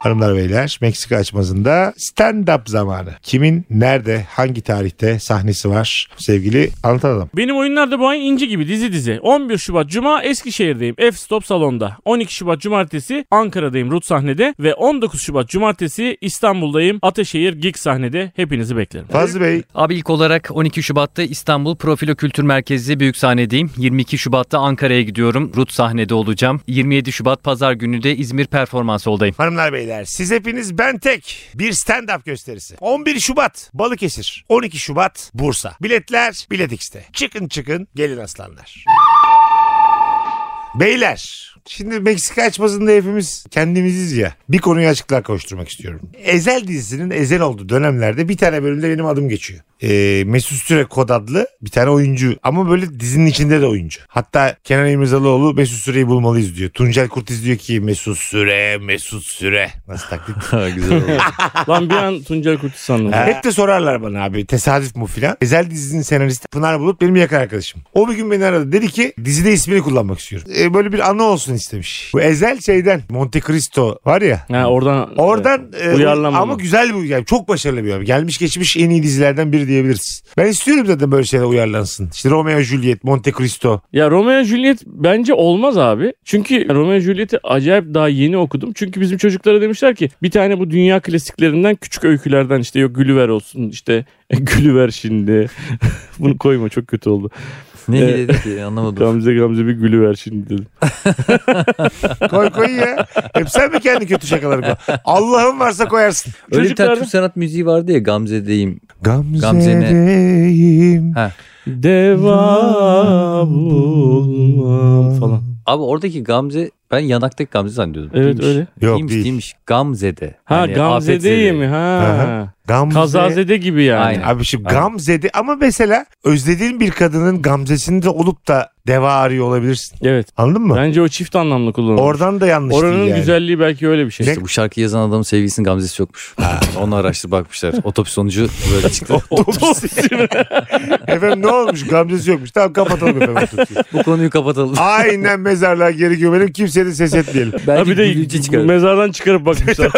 A: Hanımlar beyler Meksika açmazında stand-up zamanı. Kimin, nerede, hangi tarihte sahnesi var sevgili anlatan adam.
C: Benim oyunlar da bu ay inci gibi dizi dizi. 11 Şubat Cuma Eskişehir'deyim. F-Stop salonda. 12 Şubat Cumartesi Ankara'dayım Rut sahnede. Ve 19 Şubat Cumartesi İstanbul'dayım Ateşehir Gig sahnede. Hepinizi beklerim.
A: Fazlı Bey
D: Abi ilk olarak 12 Şubat'ta İstanbul Profilo Kültür Merkezi büyük sahnedeyim. 22 Şubat'ta Ankara'ya gidiyorum. Rut sahnede olacağım. 27 Şubat Pazar günü de İzmir Performans oldayım.
A: Hanımlar beyler siz hepiniz ben tek bir stand-up gösterisi. 11 Şubat Balıkesir, 12 Şubat Bursa. Biletler Biletix'te. Çıkın çıkın gelin aslanlar. Beyler şimdi Meksika açmasında hepimiz kendimiziz ya. Bir konuyu açıklığa koşturmak istiyorum. Ezel dizisinin ezel olduğu dönemlerde bir tane bölümde benim adım geçiyor. Ee, Mesut Süre kod adlı bir tane oyuncu ama böyle dizinin içinde de oyuncu. Hatta Kenan İmirzalıoğlu Mesut Süre'yi bulmalıyız diyor. Tuncel Kurtiz diyor ki Mesut Süre, Mesut Süre. Nasıl taklit?
B: Güzel
C: Lan bir an Tuncel Kurtiz sandım.
A: Ha. Hep de sorarlar bana abi tesadüf mu filan. Ezel dizinin senaristi Pınar Bulut benim yakın arkadaşım. O bir gün beni aradı. Dedi ki dizide ismini kullanmak istiyorum. E, böyle bir anı olsun istemiş. Bu Ezel şeyden Monte Cristo var ya.
C: Ha, oradan
A: Oradan e,
C: Uyarlama
A: ama
C: mı?
A: güzel bir yani çok başarılı bir abi. Gelmiş geçmiş en iyi dizilerden biri diyebiliriz. Ben istiyorum zaten böyle şeyler uyarlansın. İşte Romeo Juliet, Monte Cristo.
C: Ya Romeo Juliet bence olmaz abi. Çünkü Romeo Juliet'i acayip daha yeni okudum. Çünkü bizim çocuklara demişler ki bir tane bu dünya klasiklerinden küçük öykülerden işte yok Gülüver olsun işte [LAUGHS] Gülüver şimdi. [LAUGHS] Bunu koyma çok kötü oldu.
B: ne
C: Ee,
B: dedi ki anlamadım.
C: Gamze Gamze bir Gülüver şimdi dedim.
A: Koy koy ya. Hep sen mi kendi kötü şakaları koy? Allah'ın varsa koyarsın.
B: Öyle bir tane
C: Çocuklarda-
B: Türk sanat müziği vardı ya Gamze'deyim. Gamze
A: Gamze'deyim.
C: Deva bulmam falan.
B: Abi oradaki Gamze Ben yanaktaki Gamze zannediyordum.
C: Evet,
B: Değilmiş.
C: öyle.
A: Yok,
B: değilmiş,
A: değil.
B: değilmiş. Gamze'de. Hani
C: Ha
B: Yani
C: Gamze
B: Afet'de
C: değil mi?
A: Aha.
C: Ha.
A: Gamze.
C: Kazazede gibi yani.
B: Aynen.
A: Abi şimdi
B: Aynen.
A: gamzedi ama mesela özlediğin bir kadının gamzesini de olup da deva arıyor olabilirsin.
C: Evet.
A: Anladın mı?
C: Bence o çift anlamlı kullanılmış.
A: Oradan da yanlış
C: Oranın
A: değil yani.
C: güzelliği belki öyle bir şey.
A: Ne-
B: İşte bu şarkı yazan adamın sevgilisinin Gamze'si yokmuş. Onu araştır [LAUGHS] bakmışlar. Otopsi sonucu böyle çıktı. [LAUGHS]
C: [LAUGHS]
A: efendim ne olmuş? Gamzesi yokmuş. Tamam kapatalım efendim.
B: bu konuyu kapatalım. [LAUGHS]
A: Aynen mezarlığa geri gömelim. Kimseye de ses etmeyelim.
C: Ha
B: Bence
C: bir
B: gülücü
C: de
B: çıkar.
C: mezardan çıkarıp [LAUGHS] bakmışlar.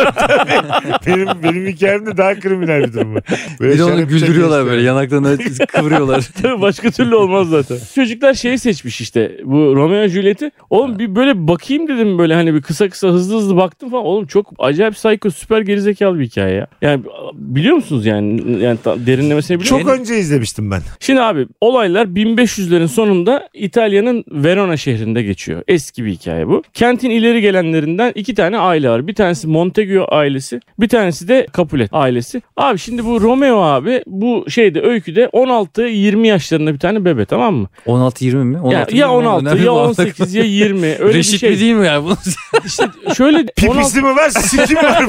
A: Benim, benim hikayemde daha kriminal bir durum bu. Böyle
B: Bir de
A: şöyle
B: onu
A: bıçak
B: güldürüyorlar
A: gösteriyor.
B: böyle
C: [LAUGHS]
B: yanaklarına kıvırıyorlar.
C: Tabii başka türlü olmaz zaten. [LAUGHS] Çocuklar şeyi seçmiş işte bu Romeo Juliet'i. Oğlum bir böyle bakayım dedim böyle hani bir kısa kısa hızlı hızlı baktım falan. Oğlum çok acayip psycho süper gerizekalı bir hikaye ya. Yani biliyor musunuz yani yani ta- derinlemesine biliyor
A: Çok
C: musunuz?
A: önce izlemiştim ben.
C: Şimdi abi olaylar 1500'lerin sonunda İtalya'nın Verona şehrinde geçiyor. Eski bir hikaye bu. Kentin ileri gelenlerinden iki tane aile var. Bir tanesi Montegio ailesi, bir tanesi de Capulet ailesi. Abi şimdi bu Romeo abi bu şeyde öyküde 16-20 yaşlarında bir tane bebe tamam mı?
B: 16-20 mi?
C: Ya,
B: 16,
C: ya 16 ya 18 ya 20 öyle
B: Reşit
C: bir
B: mi
C: şey.
B: değil mi yani? Bunu-
C: [LAUGHS] İşte
B: [LAUGHS]
C: şöyle
A: Pipisi mi var, siki mi var?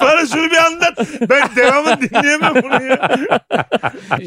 A: Bana şunu bir anlat. Ben devamını dinleyemem bunu ya.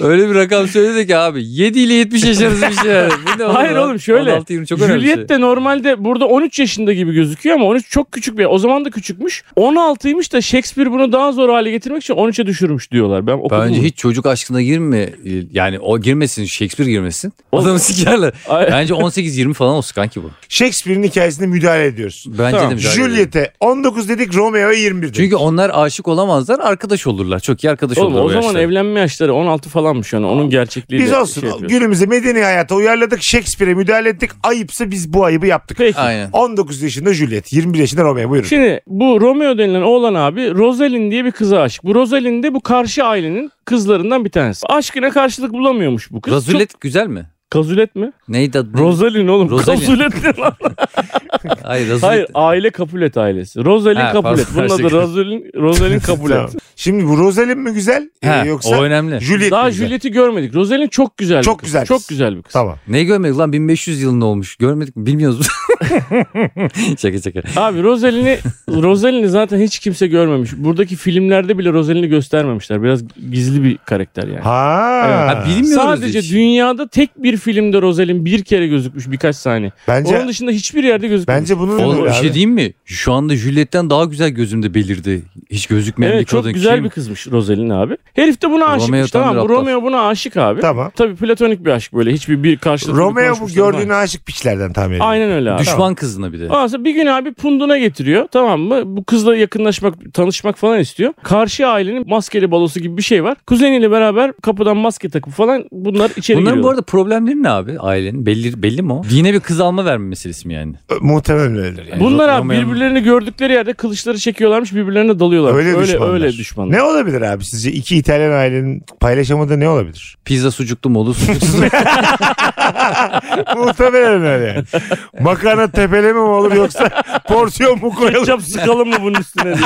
B: öyle bir rakam söyledi ki abi 7 ile 70 yaş arası bir şey. Yani. Bu ne
C: Hayır
B: lan?
C: oğlum şöyle.
B: 16-20 çok önemli bir şey.
C: Juliet de normalde burada 13 yaşında gibi gözüküyor ama 13 çok küçük bir. O zaman da küçükmüş. 16'ymış da Shakespeare bunu daha zor hale getirmek için 13'e düşürmüş diyorlar. Ben okudum.
B: Bence
C: bunu.
B: hiç çocuk aşkına girme. e, Yani o girmesin Shakespeare girmesin.
C: Oğlum-
B: Adamı
C: [LAUGHS]
B: sikerler.
C: Ay-
B: Bence 18-20 falan olsun kanki bu.
A: Shakespeare'in hikayesine müdahale ediyoruz.
B: Bence
C: Tamam.
B: de müdahale edelim.
A: Juliet'e 19 dedik, Romeo'ya 21 dedik.
B: Çünkü onlar aşık olamazlar arkadaş olurlar. Çok iyi arkadaş
C: Oğlum
B: olurlar
C: o
B: bu
C: zaman
B: yaşta.
C: evlenme yaşları 16 falanmış yani onun gerçekliği
A: biz
C: de
A: olsun
C: şey yapıyor.
A: günümüzde medeni hayata uyarladık, Shakespeare'e müdahale ettik. Ayıpsa biz bu ayıbı yaptık.
C: Peki.
B: Aynen.
A: 19 yaşında Juliet, 21 yaşında Romeo buyurun.
C: Şimdi bu Romeo denilen oğlan abi Rosalind diye bir kıza aşık. Bu Rosalind de bu karşı ailenin kızlarından bir tanesi. Aşkına karşılık bulamıyormuş bu kız.
B: Razulet güzel mi?
C: Çok- Kazulet mi?
B: Neydi adı?
C: Rosalind oğlum.
B: Rosalind.
C: Kazulet ne lan?
B: Hayır Razulet.
C: Hayır aile Capulet ailesi. Rosalind
B: Ha,
C: Capulet. Bunun
B: pardon,
C: adı
B: gerçekten.
C: Rosalind, Rosalind
A: [LAUGHS] Tamam.
C: Capulet.
A: Şimdi bu Rosalind mi güzel ee,
C: e,
B: Ha,
A: yoksa
B: O önemli.
A: Juliet mi
C: Daha
A: güzel?
C: Juliet'i görmedik. Rosalind çok güzel
A: Çok
C: bir kız.
A: güzel kız.
C: Çok güzel bir kız.
A: Tamam.
B: Ne görmedik lan 1500 yılında olmuş. Görmedik mi? Bilmiyoruz.
C: [LAUGHS]
B: şaka şaka.
C: Abi Rosalind'i Rosalind'i zaten hiç kimse görmemiş. Buradaki filmlerde bile Rosalind'i göstermemişler. Biraz gizli bir karakter yani.
A: Ha.
B: Ha, bilmiyoruz
C: Sadece
B: hiç.
C: dünyada tek bir filmde Rosalind bir kere gözükmüş birkaç saniye.
A: Bence
C: Onun dışında hiçbir yerde gözükmemiş.
A: bence bunun
B: Oğlum
A: ömrü
B: bir
A: abi.
B: şey diyeyim mi? Şu anda Juliet'ten daha güzel gözümde belirdi. Hiç gözükmeyen bir
C: Evet
B: kadın
C: çok güzel
B: kim?
C: bir kızmış Rosalind abi. Herif de buna
B: Romeo
C: aşıkmış
B: tam bir
C: tamam mı? Bu
B: aptal.
C: Romeo buna aşık abi.
A: Tamam.
C: Tabii platonik bir aşk böyle. Hiçbir bir karşılıklı bir
A: Romeo bu
C: konuşmuşlar falan.
A: gördüğünü aşık piçlerden tahmin
B: Şey,
A: ediyor.
C: Aynen öyle abi.
B: Düşman kızına bir de.
C: Ondan sonra bir gün abi punduna getiriyor tamam mı? Bu kızla yakınlaşmak, tanışmak falan istiyor. Karşı ailenin maskeli balosu gibi bir şey var. Kuzeniyle beraber kapıdan maske takıp falan bunlar içeri
B: Bunların bu
C: giriyorlar.
B: arada problemleri ne abi ailenin? Belli, belli mi o? Dine bir kız alma verme meselesi mi yani?
A: Ö- Muhtemelen öyledir yani.
B: arada-
C: Bunlar abi
B: Romeo'nun-
C: birbirlerini gördükleri yerde kılıçları çekiyorlarmış birbirlerine dalıyorlarmış.
A: Öyle
C: Öyle öyle
A: düşmanlar.
C: düşmanlar.
A: Ne olabilir abi sizce? iki İtalyan ailenin paylaşamadığı ne olabilir? [LAUGHS]
B: Pizza sucuklu mu olur sucuksuz
C: [LAUGHS]
B: mu?
A: Muhtemelen öyle yani. Makarna tepeleme mi olur
C: [LAUGHS]
A: yoksa porsiyon mu koyalım?
C: Ketçap sıkalım mı bunun üstüne
B: [LAUGHS]
C: diye.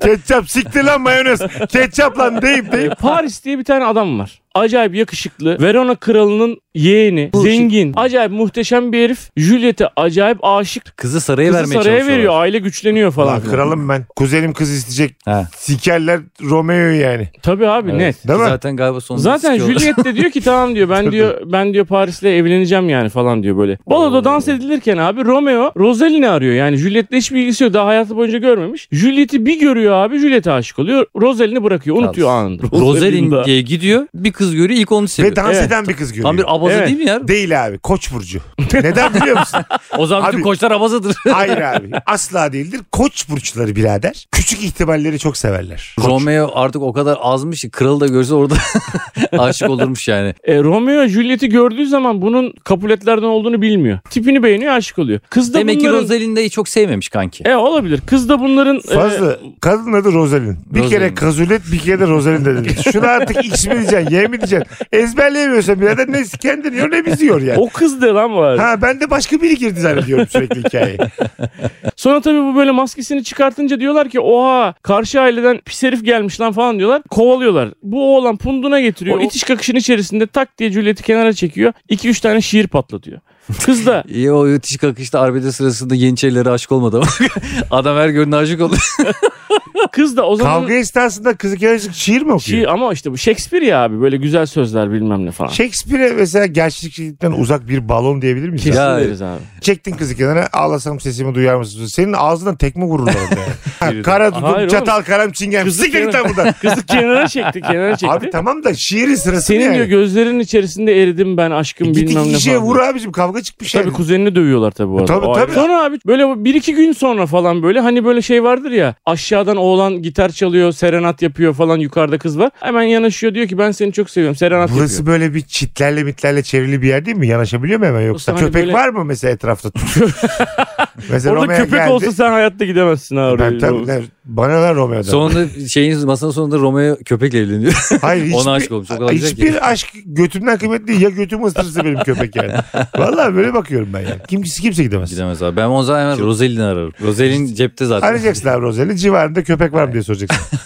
A: Ketçap siktir lan mayonez. Ketçap lan deyip deyip.
C: Ee, Paris diye bir tane adam var. Acayip yakışıklı. Verona kralının yeğeni.
B: Bu- şey-
C: Zengin. Acayip muhteşem bir herif. Juliet'e acayip aşık.
B: Kızı saraya
C: Kızı
B: Şey vermeye
C: saraya
B: çalışıyorlar.
C: veriyor. Aile güçleniyor falan.
A: Lan kralım ben. Kuzenim kız isteyecek.
B: Ha.
A: Sikerler Romeo'yu yani.
C: Tabii abi
B: Evet.
C: net.
A: Değil mi?
B: Zaten galiba sonunda
C: Zaten
B: sikiyorlar.
C: [LAUGHS] Juliet de diyor ki tamam diyor ben diyor ben diyor Paris'le evleneceğim yani falan diyor böyle. Baloda dans edilirken abi Romeo Rosalini arıyor. Yani Juliet'le hiçbir ilgisi yok. Daha hayatı boyunca görmemiş. Juliet'i bir görüyor abi. Juliet'e aşık oluyor. Rosalini bırakıyor. Unutuyor
B: Yalnız.
C: anında.
B: Rosalind diye gidiyor. Bir kız görüyor ilk onu
A: Ve
B: seviyor.
A: dans
C: şey- Evet.
A: eden bir kız görüyor.
B: Tam bir abaza
C: Evet.
B: değil mi ya?
A: Değil abi. Koç burcu. Neden biliyor musun?
B: O zaman bütün
A: Abi-
B: koçlar abazadır.
A: Hayır abi. Asla değildir. Koç burçları birader. Küçük ihtimalleri çok severler. Koç.
B: Romeo artık o kadar azmış ki kralı da görse orada [LAUGHS] aşık olurmuş yani.
C: E, Romeo Juliet'i gördüğü zaman bunun kapuletlerden olduğunu bilmiyor. Tipini beğeniyor aşık oluyor. Kız da
B: Demek ki
C: bunların...
B: Rosalind'i çok sevmemiş kanki.
C: E olabilir. Kız da bunların... e,
A: Fazla. Kadının adı Rosalind. Bir
B: Rosalind.
A: kere kazulet bir kere de Rosalind dedi. Şunu artık X mi diyeceksin, Y mi diyeceksin? Ezberleyemiyorsan birader ne kendini yiyor ne bizi yiyor yani.
C: o kız da lan var.
A: Ha ben de başka biri girdi zannediyorum sürekli
C: [LAUGHS]
A: hikayeyi.
C: Sonra tabii bu böyle maskesini çıkartınca diyorlar ki oha karşı aileden pis herif gelmiş lan falan diyorlar. Kovalıyorlar. Bu oğlan punduna getiriyor. O itiş kakışın içerisinde tak diye Juliet'i kenara çekiyor. 2-3 tane şiir patlatıyor.
A: [LAUGHS]
C: Kız da
B: İyi o yetişik akışta arbede sırasında yeniçerilere aşık olmadı ama [LAUGHS] adam her görüne aşık oldu.
C: kız da o zaman
A: Kavga esnasında kız iki aracılık şiir mi okuyor?
C: Şiir ama işte bu Shakespeare ya abi böyle güzel sözler bilmem ne falan.
A: Shakespeare'e mesela gerçeklikten uzak bir balon diyebilir miyiz?
C: Kesin
B: Ya-
C: deriz abi.
A: Çektin kızı kenara ağlasam sesimi duyar mısın? Senin ağzından tekme vururlar
C: [LAUGHS]
A: orada. Ha, Kara dudum,
C: Hayır
A: çatal kalem çingem.
C: Kızı
A: Siktir git lan buradan.
C: Kızı kenara çekti kenara çekti.
A: Abi tamam da şiirin sırası
C: Senin
A: yani.
C: diyor gözlerin içerisinde eridim ben
A: E
C: aşkım
A: Git
C: bilmem
A: iki
C: ne
A: kişiye
C: falan. E
A: vur abicim kavga çıkmış
C: Tabii
A: yani.
C: kuzenini dövüyorlar tabii bu arada.
A: Şey E, Tabii,
C: O ayrı.
A: tabii.
C: Sonra abi böyle bir iki gün sonra falan böyle hani böyle şey vardır ya aşağıdan oğlan gitar çalıyor serenat yapıyor falan yukarıda kız var. Hemen yanaşıyor diyor ki ben seni çok seviyorum serenat
A: Burası böyle bir çitlerle mitlerle çevrili bir yer değil mi? Yanaşabiliyor mu hemen yoksa?
C: Yoksa hani
A: köpek
C: böyle-
A: var mı mesela etrafta?
C: [LAUGHS]
A: mesela
C: yapıyor. Orada
A: Romeo
C: köpek
A: geldi.
C: olsa sen hayatta gidemezsin ha oraya.
A: Ben tabii, ben- bana lan Romeo'dan.
B: Sonunda şeyin masanın sonunda Romeo köpekle evleniyor.
A: [LAUGHS] Hayır, hiçbir,
B: Ona aşık olmuş. O kadar güzel ki.
A: hiçbir aşk götümden kıymetli değil. Ya götümü ısırırsa benim köpek
B: [LAUGHS]
A: yani. Vallahi böyle bakıyorum ben yani. Kimse, kimse gidemez.
B: [LAUGHS] Gidemez abi. Ben o zaman hemen Rosalin'i ararım. Rosalin cepte zaten.
A: Arayacaksın abi Rozel'i. Civarında köpek var mı diye soracaksın.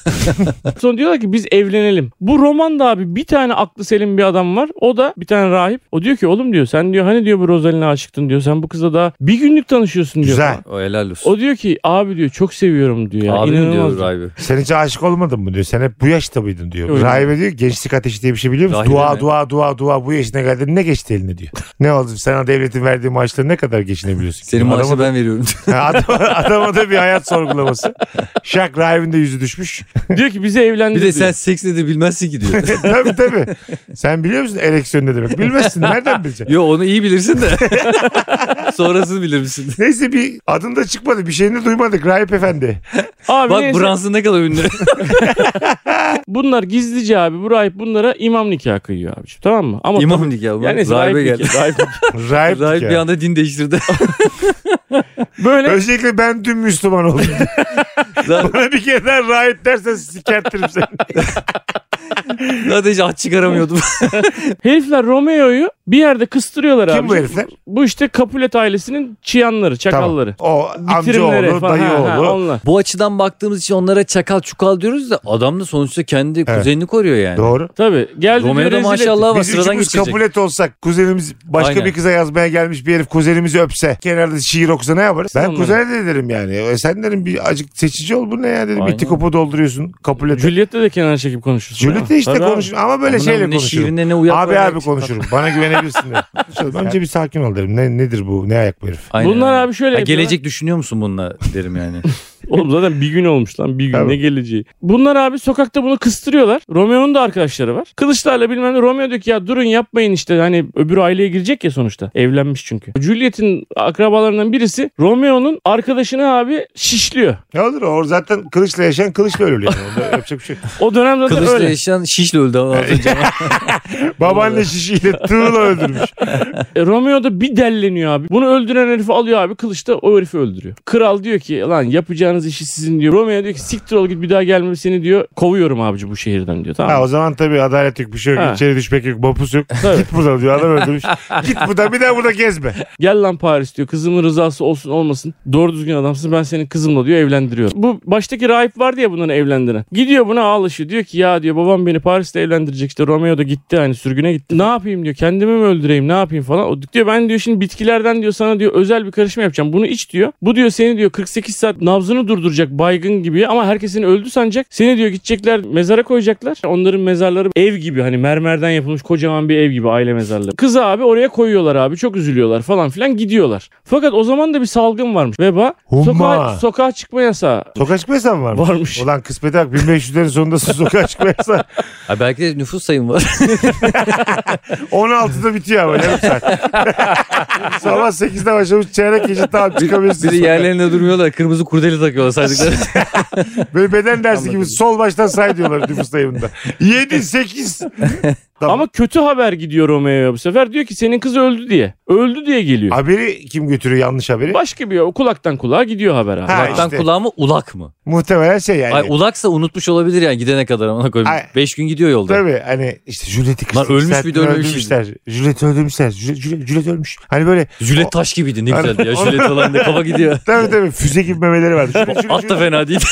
C: Sonra diyorlar ki biz evlenelim. Bu romanda abi bir tane aklı selim bir adam var. O da bir tane rahip. O diyor ki oğlum diyor sen diyor hani diyor bu Rosalin'e aşıktın diyor. Sen bu kızla daha bir günlük tanışıyorsun diyor.
A: Güzel.
B: O helal olsun.
C: O diyor ki abi diyor çok seviyorum diyor. Ya.
B: Abi mi
C: İnanılmaz
B: diyor Rahibe?
A: Sen hiç aşık olmadın mı diyor. Sen hep bu yaşta mıydın diyor.
C: Öyle.
A: Rahibe diyor ki, gençlik ateşi diye bir şey biliyor musun?
B: Rahibe
A: dua
B: mi?
A: dua dua dua bu yaşına geldin ne geçti eline diyor. ne oldu sana devletin verdiği maaşla ne kadar geçinebiliyorsun?
B: Senin
A: Adama-
B: maaşını ben
C: [LAUGHS]
B: veriyorum.
A: Ha, Adam, [LAUGHS] adama da bir hayat sorgulaması. Şak rahibin de yüzü düşmüş. [LAUGHS]
C: Diyor ki bizi evlendir
B: bir de
C: diyor.
B: sen seks nedir bilmezsin ki
C: [LAUGHS]
B: diyor.
A: tabii tabii. Sen biliyor musun ereksiyon ne demek? Bilmezsin. Nereden bileceksin?
B: Yo onu iyi bilirsin
C: [LAUGHS]
B: de. Sonrasını bilir misin?
A: Neyse bir adın da çıkmadı. Bir şeyini de duymadık Rahip Efendi.
C: Abi
B: Bak
C: neyse,
B: Brunson ne kadar ünlü.
C: bunlar gizlice abi bu rahip bunlara imam nikahı kıyıyor abi. Tamam mı? Ama
B: [LAUGHS] İmam nikahı.
C: yani
B: Yani
C: neyse,
B: Rahibe
C: rahip
B: geldi.
C: nikahı, rahip nikahı.
A: Rahip,
B: Rahip
A: ya.
B: bir anda din [LAUGHS] değiştirdi.
C: [LAUGHS] Böyle
A: Özellikle ben dün Müslüman
B: [LAUGHS]
A: oldum. Bana bir kere daha rahip dersen sikertirim seni.
B: Zaten hiç aç çıkaramıyordum.
C: herifler Romeo'yu bir yerde kıstırıyorlar abi.
A: Kim bu herifler?
C: Bu işte Capulet ailesinin çıyanları, çakalları.
A: O
C: Bitirimleri
A: amcaoğlu,
C: falan. Ha, ha,
A: dayıoğlu.
C: onlar.
B: [LAUGHS] Bu açıdan baktığımız için onlara çakal çukal diyoruz da adam da sonuçta kendi kuzenini koruyor yani.
A: Doğru.
C: Tabii. Geldi
B: Romeo
C: diyor,
B: da
C: rezil etti.
B: maşallah var
A: Biz
B: sıradan
A: üçümüz
B: geçecek.
A: kapulet olsak kuzenimiz başka
B: Aynen.
A: bir kıza yazmaya gelmiş bir herif kuzenimizi öpse kenarda şiir okusa ne yaparız? Ben
C: Anladım.
A: kuzene de derim yani. E sen derim bir acık seçici ol bu ne ya dedim.
B: Aynen.
A: İtti kopu dolduruyorsun kapulete.
C: Juliet'le de kenara çekip konuşursun.
A: Juliet'le işte
C: Tabii abi.
A: konuşurum ama böyle
B: Amına
A: şeyle
B: ne
A: konuşurum.
B: şiirine ne uyak
A: Abi
B: var
A: abi
B: ya.
A: konuşurum. Bana güvenebilirsin derim. Konuşalım. Önce bir sakin ol derim. Ne, nedir bu? Ne ayak bu herif?
B: Aynen,
C: Bunlar
B: aynen.
C: abi şöyle
B: Ha,
C: yapıyorlar.
B: gelecek düşünüyor musun bununla
A: [LAUGHS]
B: derim yani.
C: Oğlum zaten bir gün olmuş lan bir gün
A: Tabii.
C: ne geleceği. Bunlar abi sokakta bunu kıstırıyorlar. Romeo'nun da arkadaşları var. Kılıçlarla bilmem ne. Romeo diyor ki ya durun yapmayın işte hani öbür aileye girecek ya sonuçta. Evlenmiş çünkü. Juliet'in akrabalarından birisi Romeo'nun arkadaşını abi şişliyor.
A: Ne olur o zaten kılıçla yaşayan kılıçla ölür yani. Onda yapacak bir şey.
C: [LAUGHS]
A: yok.
C: O dönem zaten
B: Kılıçla
C: öyle.
B: yaşayan şişle öldü ama az
A: [LAUGHS]
B: önce.
A: Babaanne şişiyle tığla öldürmüş.
C: E, Romeo da bir delleniyor abi. Bunu öldüren herifi alıyor abi kılıçta o herifi öldürüyor. Kral diyor ki lan yapacağınız işi sizin diyor. Romeo diyor ki siktir ol git bir daha gelme seni diyor. Kovuyorum abici bu şehirden diyor. Tamam. mı?
A: Ha, o zaman tabii adalet yok bir şey yok.
C: Ha.
A: İçeri düşmek yok. Mapus yok.
C: Tabii.
A: Git buradan diyor adam
B: [LAUGHS]
A: öldürmüş. Git buradan bir daha burada gezme.
C: Gel lan Paris diyor. Kızımın rızası olsun olmasın. Doğru düzgün adamsın. Ben senin kızımla diyor evlendiriyorum. Bu baştaki rahip vardı ya bunları evlendiren. Gidiyor buna ağlaşıyor. Diyor ki ya diyor babam beni Paris'te evlendirecek. İşte Romeo da gitti hani sürgüne gitti. Ne yapayım diyor. Kendimi mi öldüreyim ne yapayım falan. O diyor ben diyor şimdi bitkilerden diyor sana diyor özel bir karışma yapacağım. Bunu iç diyor. Bu diyor seni diyor 48 saat nabzını durduracak baygın gibi ama herkesin öldü sanacak. Seni diyor gidecekler mezara koyacaklar. Onların mezarları ev gibi hani mermerden yapılmış kocaman bir ev gibi aile mezarları. Kızı abi oraya koyuyorlar abi çok üzülüyorlar falan filan gidiyorlar. Fakat o zaman da bir salgın varmış veba.
A: Humma.
C: Sokağa, sokağa çıkma yasağı
A: Sokağa çıkma yasağı mı varmış?
C: varmış.
A: Ulan kısmete bak 1500'lerin sonunda sokağa çıkma yasağı.
B: Ha, belki de nüfus sayım var. [LAUGHS]
A: 16'da bitiyor ama yarım
B: [LAUGHS]
A: saat. Sabah 8'de başlamış çeyrek gece tam çıkabilirsin.
B: Bir de yerlerinde durmuyorlar. Kırmızı kurdele
A: [LAUGHS]
B: takıyorlar saydıkları.
A: Böyle beden dersi gibi sol baştan say diyorlar nüfus
B: [LAUGHS]
A: sayımında. 7, 8. Tamam.
C: Ama kötü haber gidiyor Romeo'ya bu sefer. Diyor ki senin kız öldü diye. Öldü diye geliyor.
A: Haberi kim götürüyor yanlış haberi?
C: Başka bir kulaktan kulağa gidiyor haber abi.
A: Ha,
B: Kulaktan
A: işte.
B: kulağı mı ulak mı?
A: Muhtemelen şey yani.
B: Ay ulaksa unutmuş olabilir yani gidene kadar ona koyayım.
A: Ay.
B: 5 gün gidiyor yolda.
A: Tabii hani işte Juliet'i
B: Lan ölmüş
A: kısa-
B: bir de ölmemiş
A: öldürmüşler. Juliet öldürmüşler. Juliet, Juliet, Juliet ölmş. Hani böyle
B: Jület taş gibiydi ne güzeldi ya. Jület alanında kafa gidiyor.
A: tabii tabii füze gibi memeleri vardı. Juliet, Juliet,
B: At da
A: Juliet.
B: fena değil. [LAUGHS]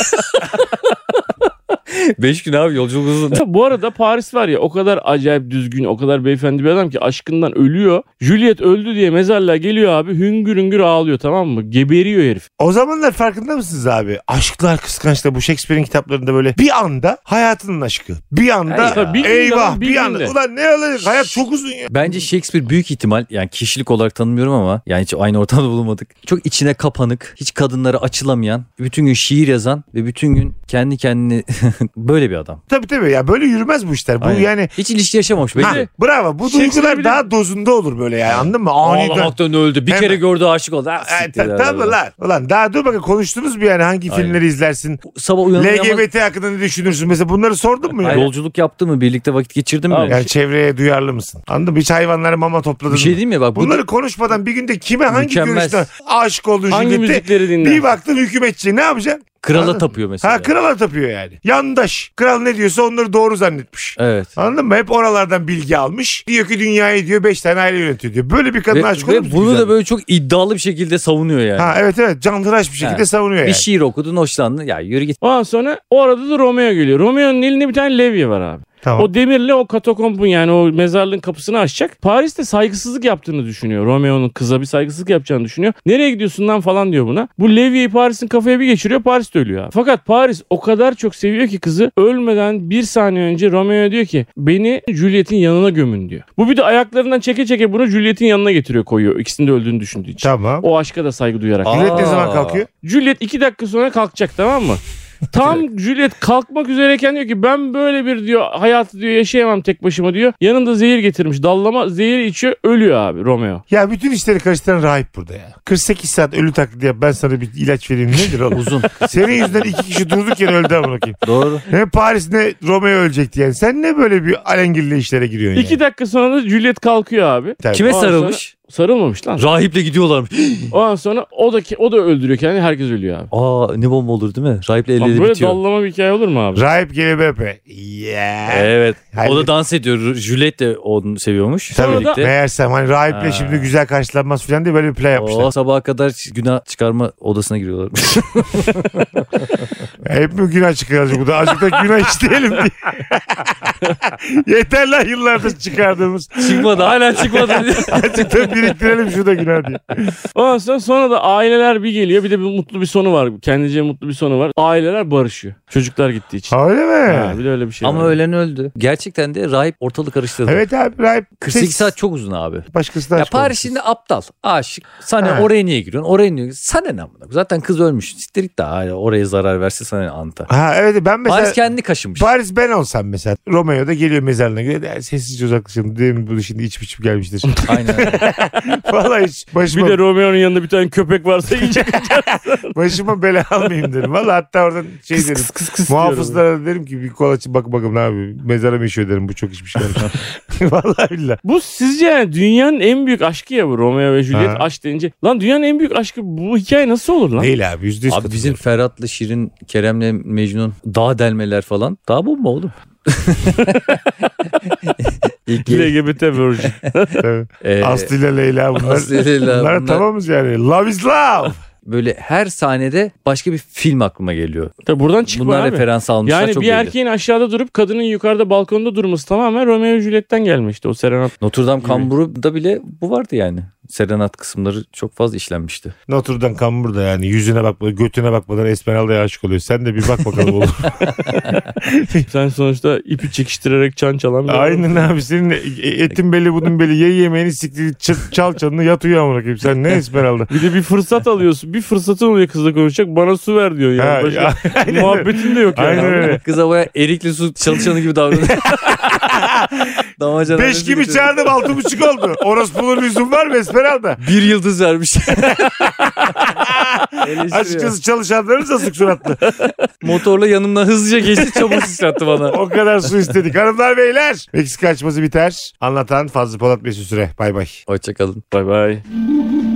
B: Beş gün abi yolculuk uzun.
C: Bu arada Paris var ya o kadar acayip düzgün, o kadar beyefendi bir adam ki aşkından ölüyor. Juliet öldü diye mezarlığa geliyor abi hüngür hüngür ağlıyor tamam mı? Geberiyor herif.
A: O zamanlar farkında mısınız abi? Aşklar kıskançlar bu Shakespeare'in kitaplarında böyle bir anda hayatının aşkı. Bir anda
C: Ay, tabii bir günde
A: eyvah
C: ama
A: bir,
C: bir
A: anda.
C: günde.
A: Ulan ne olacak hayat çok uzun ya.
B: Bence Shakespeare büyük ihtimal yani kişilik olarak tanımıyorum ama yani hiç aynı ortamda bulunmadık. Çok içine kapanık, hiç kadınlara açılamayan, bütün gün şiir yazan ve bütün gün kendi kendini [LAUGHS] böyle bir adam.
A: Tabii tabii ya böyle yürümez bu işler. Bu
B: Aynen.
A: yani
B: Hiç ilişki yaşamamış
A: Ha,
B: belli.
A: bravo bu
C: Shakespeare
A: duygular
C: bile-
A: daha dozunda olur böyle yani anladın mı? Aniden.
B: Ağlamaktan öldü. Bir
A: Hemen.
B: kere gördü aşık oldu. Ha,
A: E,
B: siktir
A: ta-
B: ya.
A: Tabii lan. Ulan daha dur bakın konuştunuz mu yani hangi
B: Aynen.
A: filmleri izlersin?
B: Sabah uyanır uyanmaz-
A: LGBT hakkında ne düşünürsün? Mesela bunları sordun mu? ya?
B: Yolculuk yaptı mı? Birlikte vakit geçirdi mi? şey
C: Abi,
A: Yani çevreye duyarlı mısın? Anladın mı? Hiç hayvanlara mama topladın
B: bir şey
A: mı?
B: diyeyim mi? Bak bu
A: Bunları konuşmadan bir günde kime hangi
B: Mükemmel.
A: görüşte aşık oldun
C: Hangi
A: Juliet'e?
C: müzikleri dinler?
A: Bir baktın hükümetçi ne yapacaksın?
B: krala
A: Anladın?
B: tapıyor mesela.
A: Ha krala tapıyor yani. Yandaş. Kral ne diyorsa onları doğru zannetmiş.
B: Evet.
A: Anladın mı? Hep oralardan bilgi almış. Diyor ki dünyayı diyor 5 tane aile yönetiyor diyor. Böyle bir kadın
B: Ve,
A: aşık
B: ve
A: olur musun
B: bunu
A: güzel?
B: da böyle çok iddialı bir şekilde savunuyor yani.
A: Ha evet evet canhıraş bir şekilde
B: Evet.
A: savunuyor yani.
B: Bir şiir okudun hoşlandın. Ya yürü git.
C: Ondan sonra o arada da Romeo geliyor. Romeo'nun elinde bir tane levye var abi.
A: Tamam.
C: O demirle o katakombun yani o mezarlığın kapısını açacak. Paris'te saygısızlık yaptığını düşünüyor. Romeo'nun kıza bir saygısızlık yapacağını düşünüyor. Nereye gidiyorsun lan falan diyor buna. Bu Levy'yi Paris'in kafaya bir geçiriyor Paris de ölüyor abi. Fakat Paris o kadar çok seviyor ki kızı ölmeden bir saniye önce Romeo diyor ki beni Juliet'in yanına gömün diyor. Bu bir de ayaklarından çeke çeke bunu Juliet'in yanına getiriyor koyuyor. İkisini de öldüğünü düşündüğü için.
A: Tamam.
C: O aşka da saygı duyarak.
A: Juliet ne
B: Aa.
A: zaman kalkıyor?
C: Juliet iki dakika sonra kalkacak tamam mı? Tam Juliet kalkmak üzereyken diyor ki ben böyle bir diyor hayatı diyor yaşayamam tek başıma diyor. Yanında zehir getirmiş dallama zehiri içiyor ölüyor abi Romeo.
A: Ya bütün işleri karıştıran rahip burada ya. 48 saat ölü taklidi yap ben sana bir ilaç vereyim nedir
B: [LAUGHS]
A: oğlum? [LAUGHS]
B: Uzun.
A: Senin yüzünden iki kişi durduk yere öldü amına koyayım.
B: Doğru.
A: Hem Paris ne Romeo ölecekti yani. Sen ne böyle bir alengirli işlere giriyorsun
C: İki dakika sonra da Juliet kalkıyor abi.
A: yani?
B: Kime
C: Ondan
B: sarılmış?
C: Sarılmamış lan.
B: Rahiple gidiyorlar.
C: Ondan sonra o da o da öldürüyor kendini herkes ölüyor abi.
B: Aa ne bomba olur değil mi? Rahiple el
C: Abi
B: ele
C: böyle
B: bitiyor.
C: dallama bir hikaye olur mu abi?
A: Rahip gelip öpe. Yeah. [LAUGHS]
B: Evet.
A: Halbuki-
B: O da dans ediyor. Juliet de onu seviyormuş.
A: Tabii.
B: Birlikte.
A: Meğersem hani rahiple
B: Ha. Oh.
A: şimdi güzel karşılanmaz falan diye böyle bir play yapmışlar.
B: O sabaha kadar günah çıkarma odasına giriyorlar.
A: [LAUGHS] Hep mi günah çıkaracak bu da? Azıcık da günah işleyelim
B: [LAUGHS]
A: diye. Yeter lan yıllardır çıkardığımız.
B: çıkmadı hala [LAUGHS] çıkmadı.
A: Azıcık da biriktirelim şurada günah diye.
C: Ondan sonra, sonra da aileler bir geliyor bir de bir mutlu bir sonu var. Kendince mutlu bir sonu var. Aileler barışıyor. Çocuklar gittiği için.
A: Ha, Öyle mi?
C: Ha, bir de öyle bir şey
B: Ama
C: var.
B: ölen öldü. Gerçekten de rahip ortalık karıştırdı.
A: Evet abi rahip.
B: 48
A: tek-
B: saat çok uzun abi.
A: Başkası da
B: Ya
A: aşık
B: Paris
A: olmuş.
B: şimdi aptal, aşık. Sana
A: Ha.
B: oraya niye giriyorsun? Oraya niye giriyorsun? Sana ne amına? Zaten kız ölmüş. Siktir git de hala oraya zarar verse sana ne anta.
A: Ha evet ben mesela.
B: Paris kendi kaşımış.
A: Paris ben olsam mesela Romeo da geliyor mezarlığına gidiyor. "Der, Sessizce uzaklaşalım. Demin bu şimdi içip içip
B: [LAUGHS]
A: gelmiştir. [LAUGHS]
B: Aynen. öyle.
A: Vallahi hiç
C: Bir
A: başıma,
C: de Romeo'nun yanında bir tane köpek varsa iyice
A: başıma bela almayayım derim. Vallahi hatta oradan şey
B: Kıs
A: derim.
B: kıs kıs kıs diyorum.
A: Muhafızlara derim ki bir kola açıp bak bakalım ne abi. Mezara mı işiyor derim bu çok içmiş
B: [LAUGHS]
A: derim. [LAUGHS] Vallahi billahi.
C: Bu sizce yani dünyanın en büyük aşkı ya bu Romeo ve Juliet
A: Ha.
C: aşk deyince. Lan dünyanın en büyük aşkı bu hikaye nasıl olur lan?
A: Değil abi yüzde yüz
B: Abi bizim Ferhat'la Şirin, Kerem'le Mecnun dağ delmeler falan. Dağ
A: [LAUGHS]
B: bomba oğlum. İlk
C: LGBT virgin.
A: katılıyorum.
B: Ee,
A: Aslı ile Leyla bunlar.
B: Aslı ile Leyla
A: bunlar,
B: bunlar.
A: tamamız yani. Love is love.
B: böyle her sahnede başka bir film aklıma geliyor.
C: [LAUGHS] Tabii buradan çıkma
B: Bunlar
C: abi.
B: referans almışlar
C: Yani bir
B: çok belli.
C: erkeğin aşağıda durup kadının yukarıda balkonda durması tamamen Romeo ve Juliet'ten gelmişti o
A: [LAUGHS]
C: serenat.
B: Notre Dame kamburu'da bile bu vardı yani. Serenat kısımları çok fazla işlenmişti.
A: Notre Dame Kambur'da yani yüzüne bakmadan, götüne bakmadan Esmeralda'ya aşık oluyor. Sen de bir bak
B: [LAUGHS]
A: bakalım oğlum.
C: Sen sonuçta ipi çekiştirerek çan çalan bir
A: Aynen abi senin e, etin belli budun belli ye yemeğini siktir çı- çal çanını yat uyu amına koyayım. Sen ne Esmeralda?
C: Bir de
A: [LAUGHS]
C: bir fırsat alıyorsun. Bir fırsatın oluyor kızla konuşacak. Bana su ver diyor ya.
A: Ha,
C: Başka
A: [LAUGHS]
C: muhabbetin de yok yani.
A: Aynen öyle.
B: Kız havaya erikli su çalışanı
A: [LAUGHS]
B: gibi davranıyor. Damacana
A: Beş gibi çağırdım altı buçuk oldu. Orospu'nun lüzum var mı Esmeralda?
B: Bir yıldız vermiş. Açıkçası
A: Açıkçası çalışanlarımız asık suratlı.
B: motorla yanımdan hızlıca geçti çabuk sıçrattı bana.
A: O kadar su istedik. Hanımlar beyler. Meksika açması biter. Anlatan Fazlı Polat Mesut Süre. Bay bay.
B: Hoşçakalın.
C: Bay bay.